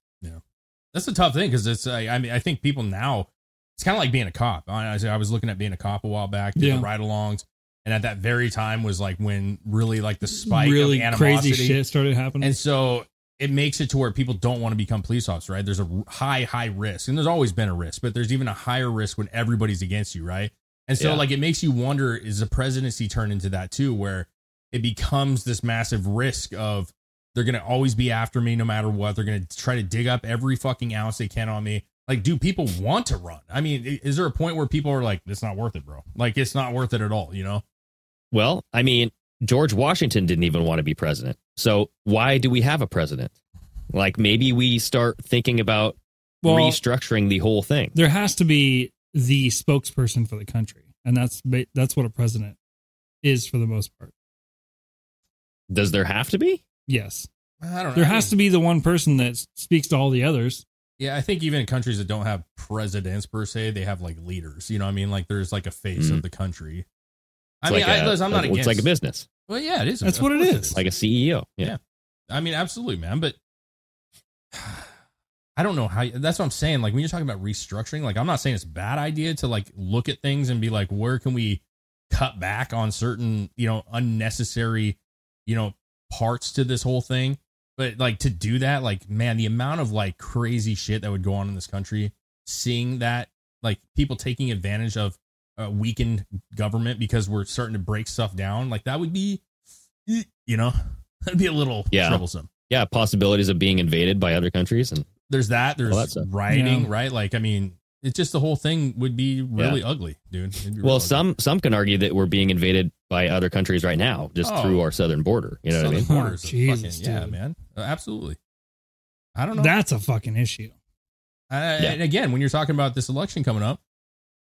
S4: That's a tough thing because it's. I, I mean, I think people now. It's kind of like being a cop. I, I was looking at being a cop a while back. Did
S3: Yeah.
S4: the ride-alongs, and at that very time was like when really like the spike
S3: really
S4: of animosity.
S3: crazy shit started happening.
S4: And so it makes it to where people don't want to become police officers, right? There's a r- high, high risk, and there's always been a risk, but there's even a higher risk when everybody's against you, right? And so,
S5: Yeah.
S4: like, it makes you wonder: is the presidency turned into that too, where it becomes this massive risk of they're going to always be after me no matter what? They're going to try to dig up every fucking ounce they can on me. Like, do people want to run? I mean, i- is there a point where people are like, "It's not worth it, bro"? Like, it's not worth it at all, you know?
S5: Well, I mean, George Washington didn't even want to be president. So why do we have a president? Like maybe we start thinking about
S3: Well-
S5: restructuring the whole thing.
S3: there has to be the spokesperson for the country, and that's ba- that's what a president is for the most part.
S5: Does there have to be?
S3: Yes,
S4: I don't know.
S3: there has to be the one person that s- speaks to all the others.
S4: Yeah, I think even in countries that don't have presidents per se, they have like leaders. You know, what I mean, like there's like a face of the country.
S5: Mm-hmm.
S4: I
S5: It's
S4: mean,
S5: like
S4: I,
S5: a-
S4: listen, I'm not
S5: it's
S4: against.
S5: like a business,
S4: Well, yeah, it is.
S3: That's
S4: Of
S3: what it
S4: course
S3: is.
S5: like a CEO. Yeah.
S4: Yeah. I mean, absolutely, man. But I don't know how. That's what I'm saying. Like when you're talking about restructuring, like I'm not saying it's a bad idea to like look at things and be like, where can we cut back on certain, you know, unnecessary, you know, parts to this whole thing. But like to do that, like man, the amount of like crazy shit that would go on in this country, seeing that like people taking advantage of a weakened government because we're starting to break stuff down, like that would be, you know, that'd be a little
S5: Yeah.
S4: troublesome
S5: Yeah, possibilities of being invaded by other countries and
S4: there's that there's
S5: Well, that's a-
S4: rioting
S3: Yeah.
S4: right like i mean it's just the whole thing would be really ugly dude It'd be real
S5: well,
S4: ugly.
S5: some some can argue that we're being invaded by other countries right now just
S4: Oh.
S5: through our southern border, you know what I mean?
S4: Southern borders
S3: Oh,
S4: are
S3: Jesus,
S4: fucking- yeah
S3: dude.
S4: man Uh, absolutely i don't know
S3: That's a fucking issue.
S4: I- Uh, and again when you're talking about this election coming up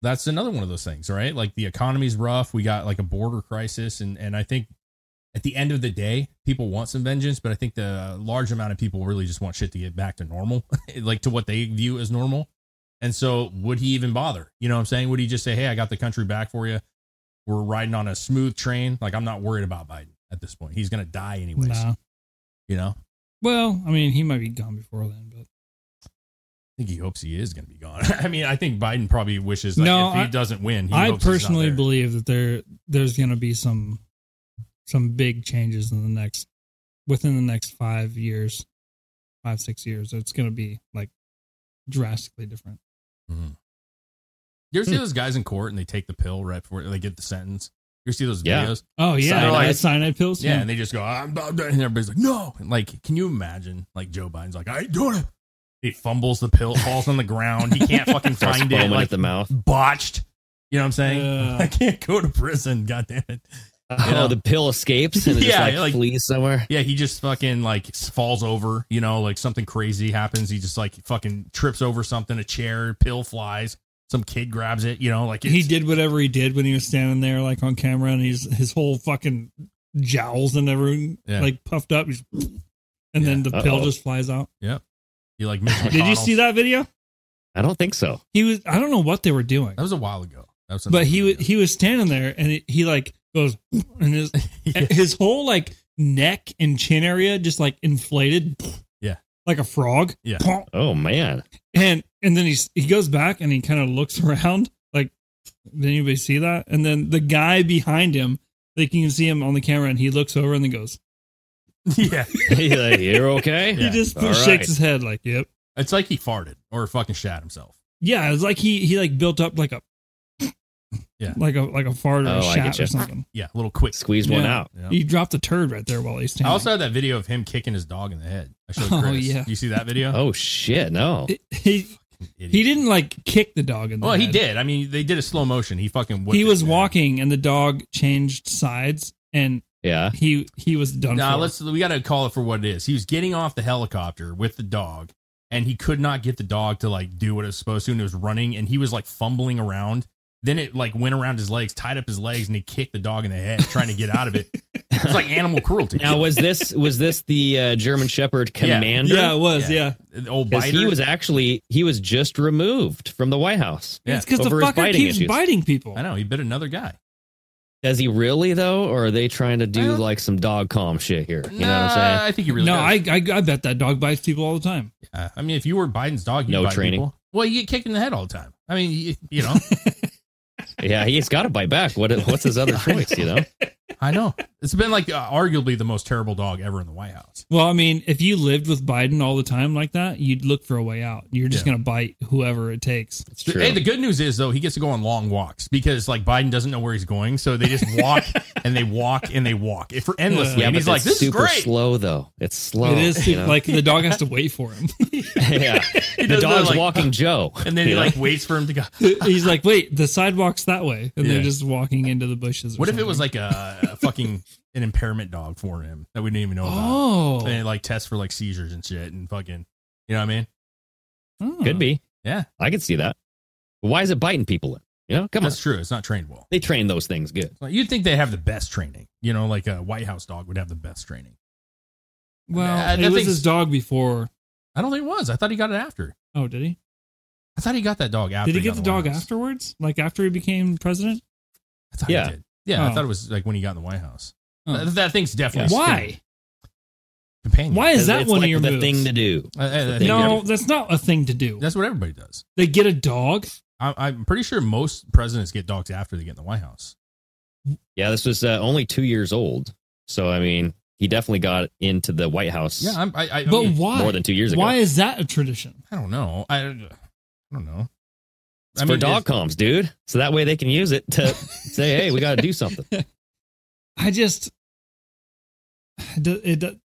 S4: that's another one of those things right like the economy's rough we got like a border crisis and and i think at the end of the day, people want some vengeance, but I think the large amount of people really just want shit to get back to normal, like to what they view as normal. And so, would he even bother? You know what I'm saying? Would he just say, "Hey, I got the country back for you. We're riding on a smooth train. Like I'm not worried about Biden at this point. He's gonna die anyways.
S3: Nah.
S4: You know? I
S3: Well, I mean, he might be gone before then, but
S4: think he hopes he is gonna be gone. I mean, I think Biden probably wishes like,
S3: No,
S4: if he
S3: I-
S4: doesn't win. He
S3: I
S4: hopes he's not
S3: personally
S4: there.
S3: believe that there there's going to be some some big changes in the next within the next five years, five six years. It's going to be like drastically different.
S4: Mm-hmm. You
S3: Hmm.
S4: ever see those guys in court and they take the pill right before they get the sentence? You ever see those
S5: Yeah.
S4: videos?
S3: Oh yeah,
S4: Cyanide.
S3: like, cyanide pills.
S4: Yeah, and they just go, I'm, i and everybody's like, no. And like, can you imagine? Like Joe Biden's like, I ain't doing it. He fumbles the pill, falls on the ground. He can't fucking
S5: Starts
S4: find it.
S5: foaming
S4: Like
S5: at the mouth.
S4: botched. You know what I'm saying?
S3: Yeah.
S4: I can't go to prison. God damn it. Yeah.
S5: Oh, the pill escapes and it
S4: Yeah,
S5: just like,
S4: like-
S5: flees somewhere.
S4: Yeah, he just fucking like s- falls over, you know, like something crazy happens. He just like fucking trips over something, a chair, pill flies, some kid grabs it, you know, like
S3: he
S4: it's-
S3: did whatever he did when he was standing there like on camera, and he's his whole fucking jowls and everything
S4: Yeah.
S3: like puffed up, He's- and then the pill
S5: Uh-oh.
S3: just flies out.
S4: He like Mitch
S3: Did you
S4: McConnell.
S3: see that video?
S5: I don't think so.
S3: He was I don't know what they were doing.
S4: That was a while ago. That was
S3: but he
S4: was
S3: was he was standing there and it, he like goes and his and his whole like neck and chin area just like inflated
S4: Yeah.
S3: like a frog
S4: Yeah.
S5: Oh man,
S3: and and then he's he goes back and he kind of looks around like did anybody see that and then the guy behind him like you can see him on the camera and he looks over and then goes
S4: yeah.
S5: He's like, you're okay.
S4: Yeah.
S3: he just
S5: All
S3: shakes
S5: right.
S3: his head like yep
S4: It's like he farted or fucking shat himself.
S3: yeah it's like he he like built up like a
S4: Yeah.
S3: like a like a fart or a
S5: Oh, I
S3: shat
S5: getcha.
S3: or something
S4: Yeah, a little quick.
S5: Squeeze one
S3: Yeah.
S5: out.
S4: Yeah.
S3: he dropped a turd right there while he's
S4: I
S3: standing
S4: also had that video of him kicking his dog in the head. I showed
S3: Oh,
S4: Chris.
S3: yeah.
S4: You see that video?
S5: Oh shit, no.
S3: It- he
S4: Idiot.
S3: He didn't like kick the dog in the
S4: Well, he
S3: head.
S4: did. I mean, they did a slow motion. He fucking. whipped
S3: He
S4: it,
S3: was
S4: man.
S3: walking and the dog changed sides and
S5: Yeah.
S3: he he was done
S4: Nah,
S3: for.
S4: let's. We got to call it for what it is. He was getting off the helicopter with the dog, and he could not get the dog to like do what it was supposed to, and it was running, and he was like fumbling around. Then it like went around his legs, tied up his legs, and he kicked the dog in the head, trying to get out of it. It's like animal cruelty.
S5: Now was this was this the uh, German Shepherd commander?
S3: yeah, it was, yeah.
S4: old
S5: 'Cause
S4: biter.
S5: he was actually he was just removed from the White House.
S4: Yeah.
S3: It's because the
S5: Over his
S3: fucker
S5: biting
S3: keeps
S5: issues.
S3: biting people.
S4: I know he bit another guy.
S5: Does he really though, or are they trying to do
S4: Huh?
S5: like some dog calm shit here? You know what I'm
S4: Nah,
S5: saying?
S4: I think he really.
S3: no,
S4: does.
S3: I, I I bet that dog bites people all the time.
S4: Uh, I mean, if you were Biden's dog, you'd
S5: No
S4: bite
S5: training.
S4: People. Well, you get kicked in the head all the time. I mean, you, you know,
S5: Yeah, he's got to bite back. What what's his other choice? You know?
S4: I know. It's been like uh, arguably the most terrible dog ever in the White House.
S3: Well, I mean, if you lived with Biden all the time like that, you'd look for a way out. You're just
S4: Yeah.
S3: gonna bite whoever it takes.
S5: It's true.
S4: Hey, the good news is though he gets to go on long walks because like Biden doesn't know where he's going, so they just walk and they walk and they walk if for endlessly.
S5: yeah,
S4: and
S5: but
S4: he's like,
S5: it's
S4: "This is
S5: super
S4: great."
S5: slow Oh, though. It's slow.
S3: it is
S5: you know?
S3: like the dog has to wait for him.
S5: yeah.
S4: does the,
S5: The dog's
S4: like-
S5: walking Joe,
S4: And then he
S5: you know?
S4: like waits for him to go.
S3: He's like, wait, the sidewalk's that way, and
S4: Yeah.
S3: they're just walking into the bushes. Or
S4: What if it was
S3: something.
S4: like a, a fucking an impairment dog for him that we didn't even know about?
S3: oh,
S4: And it, like tests for like seizures and shit and fucking, you know what I mean?
S3: oh.
S5: could be.
S4: Yeah,
S5: I could see that. Why is it biting people? Then? You know, come on.
S4: that's true. It's not trained well.
S5: They train those things good.
S4: Like, you'd think they have the best training. You know, like a White House dog would have the best training.
S3: Well,
S4: Uh,
S3: it
S4: that
S3: was
S4: thing's-
S3: his dog before.
S4: I don't think it was. I thought he got it after.
S3: Oh, did he?
S4: I thought he got that dog after.
S3: did he get
S4: got
S3: the
S4: in
S3: dog
S4: White House.
S3: afterwards? Like after he became president?
S4: I thought
S5: Yeah.
S4: he did. Yeah, I
S3: Oh.
S4: thought it was like when he got in the White House.
S3: Oh.
S4: That, that thing's definitely stupid.
S3: Why?
S4: companion.
S3: Why is that
S5: It's
S3: one
S5: like
S3: of your
S5: the
S3: moves?
S5: thing to do?
S4: Uh, uh,
S5: It's the thing
S3: no,
S5: to do.
S3: that's not a thing to do.
S4: That's what everybody does.
S3: they get a dog.
S4: I, I'm pretty sure most presidents get dogs after they get in the White House.
S5: Yeah, this was uh, only two years old. So I mean, he definitely got into the White House
S4: Yeah, I'm, I, I, I
S3: but
S4: mean,
S3: why?
S5: more than two years ago.
S3: Why is that a tradition?
S4: I don't know. I, I don't know.
S5: It's for dog
S4: it's-
S5: comms, dude. So that way they can use it to say, "Hey, we got to do something."
S3: I just it, do- it, do-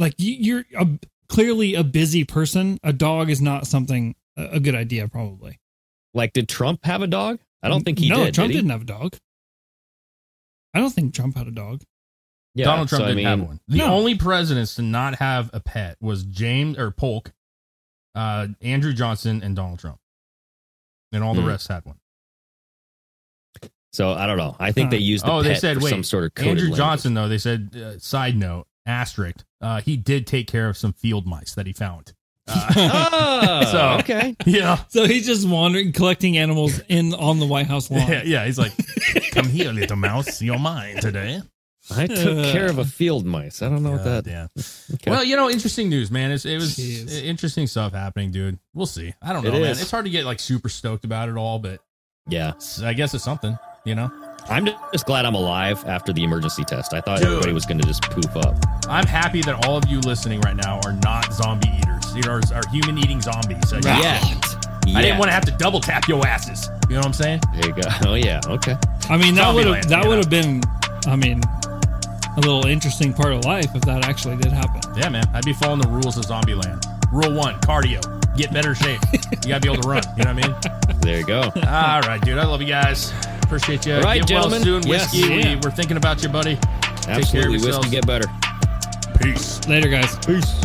S3: like you, you're a, clearly a busy person. A dog is not something a, a good idea, probably.
S5: Like, did Trump have a dog? I don't think he
S3: no,
S5: did.
S3: Trump
S5: did he?
S3: not have a dog. I don't think Trump had a dog.
S5: Yeah,
S4: Donald Trump
S5: so, I
S4: didn't
S5: mean,
S4: have one. The
S3: No.
S4: only presidents to not have a pet was James or Polk, uh, Andrew Johnson, and Donald Trump, and all the
S5: Hmm.
S4: rest had one.
S5: So I don't know. I think they used the
S4: oh, they
S5: pet
S4: said
S5: for
S4: wait,
S5: some sort of coded
S4: Andrew
S5: language.
S4: Johnson though. They said uh, side note asterisk. Uh, he did take care of some field mice that he found. Uh,
S5: Oh,
S4: So-
S5: okay.
S4: Yeah,
S6: So he's just wandering, collecting animals in on the White House lawn.
S4: yeah, yeah. He's like, come here, little mouse. You're mine today.
S5: I
S6: Uh,
S5: took care of a field mice. I don't know what that.
S4: Yeah.
S5: Okay.
S4: Well, you know, interesting news, man. It's, it was
S6: Jeez.
S4: i- interesting stuff happening, dude. We'll see. I don't know,
S5: It
S4: man.
S5: is.
S4: It's hard to get like super stoked about it all, but
S5: yeah.
S4: s- I guess it's something, you know.
S5: I'm just glad I'm alive after the emergency test. I thought
S4: Dude.
S5: everybody was going to just poof up.
S4: I'm happy that all of you listening right now are not zombie eaters. You know, are, are human eating zombies. I,
S5: Yeah.
S4: I didn't want to have to double tap your asses. You know what I'm saying?
S5: There you go. Oh yeah. Okay.
S6: I mean, that would have
S4: Zombieland,
S6: that
S4: you
S6: would have been, I mean, a little interesting part of life if that actually did happen.
S4: Yeah, man. I'd be following the rules of Zombieland. Rule one: cardio. Get better shape. You gotta be able to run. You know what I mean?
S5: There you go.
S4: All right, dude. I love you guys. Appreciate you.
S5: All right,
S4: get well
S5: gentlemen.
S4: soon,
S5: Yes.
S4: whiskey.
S6: Yeah.
S4: We, we're thinking about you, buddy. Take care of
S5: Absolutely. Whiskey
S4: yourselves.
S5: get better.
S4: Peace.
S6: Later, guys.
S5: Peace.